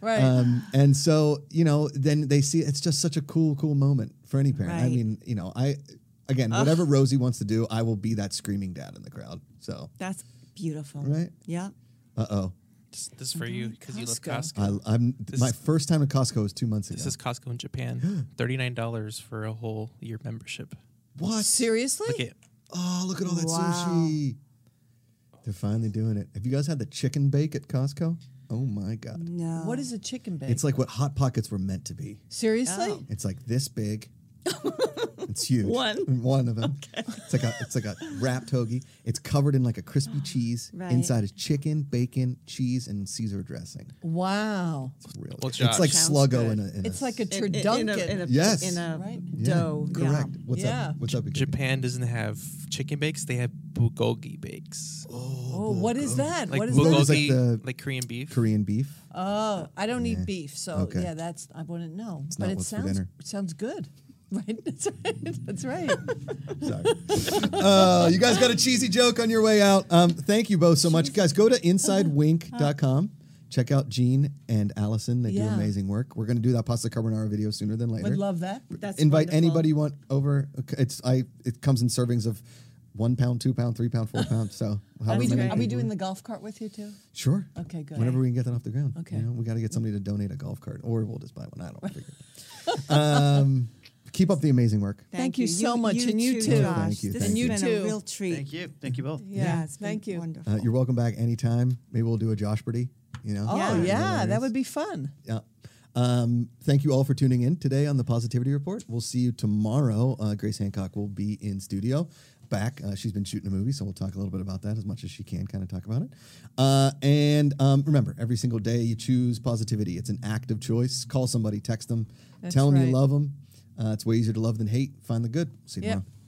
S2: right.
S1: Um, and so you know, then they see it's just such a cool, cool moment for any parent. I
S3: Right.
S1: mean, you know, I again, whatever Rosie wants to do, I will be that screaming dad in the crowd. So
S3: That's beautiful.
S1: Right?
S3: Yeah.
S1: uh oh.
S9: Just- This is for you because you love
S2: Costco.
S9: Costco.
S1: I, I'm
S9: This
S1: my
S9: is-
S1: first time at Costco was two months ago.
S9: This is Costco in Japan. Thirty-nine dollars for a whole year membership.
S1: what?
S2: Seriously?
S9: Look at
S1: Oh, look at all that
S3: Wow.
S1: sushi! They're finally doing it. Have you guys had the chicken bake at Costco? Oh my god!
S3: No.
S2: What is a chicken bake?
S1: uh, It's like what hot pockets were meant to be.
S2: Seriously?
S3: Oh.
S1: It's like this big. it's huge.
S3: One?
S1: one of them. It's like a it's like a wrapped hoagie. It's covered in like a crispy cheese.
S3: Right.
S1: Inside is chicken, bacon, cheese, and Caesar dressing.
S2: Wow.
S1: It's real.
S9: Well,
S1: good.
S9: Josh-
S1: it's like
S3: Sounds
S1: Sluggo
S3: good.
S1: in a. In
S2: It's like a
S3: in, in, in a,
S2: turduncan.
S3: in a,
S1: Yes.
S3: in a
S2: Right.
S1: yeah,
S3: dough.
S1: Correct. What's
S2: Yeah.
S1: up? What's up? Ikemi?
S9: Japan doesn't have chicken bakes; they have bulgogi bakes.
S2: oh, what is that?
S9: Like
S2: what is
S1: bulgogi.
S2: that?
S1: It's like
S9: bulgogi, like,
S1: the-
S9: Korean beef.
S1: Korean beef.
S2: Oh, I don't eat beef, so
S1: Okay.
S2: yeah, that's I wouldn't know.
S1: not
S2: but it
S1: what's for
S2: sounds
S1: dinner.
S2: sounds good, right? That's right. That's right.
S1: Sorry. uh, you guys got a cheesy joke on your way out. Um, thank you both so much. Guys, go to insidewink.com. Check out Gene and Allison. They do
S2: Yeah.
S1: amazing work. We're going to do that pasta carbonara video sooner than later.
S2: Would love that.
S3: That's
S1: Invite
S3: wonderful.
S1: anybody you want over. Okay, It's I. It comes in servings of one pound, two pound, three pound, four pound. So
S2: Are
S1: however
S2: we,
S1: many
S2: doing, are we
S1: people-
S2: doing the golf cart with you too?
S1: Sure.
S2: Okay, good.
S1: Whenever we can get that off the ground.
S2: Okay.
S1: You know, we got to get somebody to donate a golf cart, or we'll just buy one. I don't figure. um, keep up the amazing work.
S2: Thank you so much, and you too.
S3: Josh.
S1: Thank you,
S3: This
S1: thank
S3: has
S1: you.
S3: been
S2: You
S3: a
S2: too.
S3: real treat.
S4: Thank you. Thank you both.
S2: Yeah,
S3: Yeah, it's been
S2: thank you.
S3: Wonderful.
S1: Uh, you're welcome back anytime. Maybe we'll do a Josh Brady. You know.
S2: Oh
S3: Yeah.
S2: yeah, that
S1: Hilarious.
S2: would be fun.
S1: Yeah. Um, thank you all for tuning in today on the Positivity Report. We'll see you tomorrow. Uh, Grace Hancock will be in studio back. Uh, she's been shooting a movie, so we'll talk a little bit about that as much as she can, kind of talk about it. Uh, and um, remember, every single day you choose positivity. It's an active choice. Call somebody, text them,
S2: That's
S1: tell them you
S2: right.
S1: love them. Uh, it's way easier to love than hate. Find the good. See you
S2: Yep.
S1: tomorrow.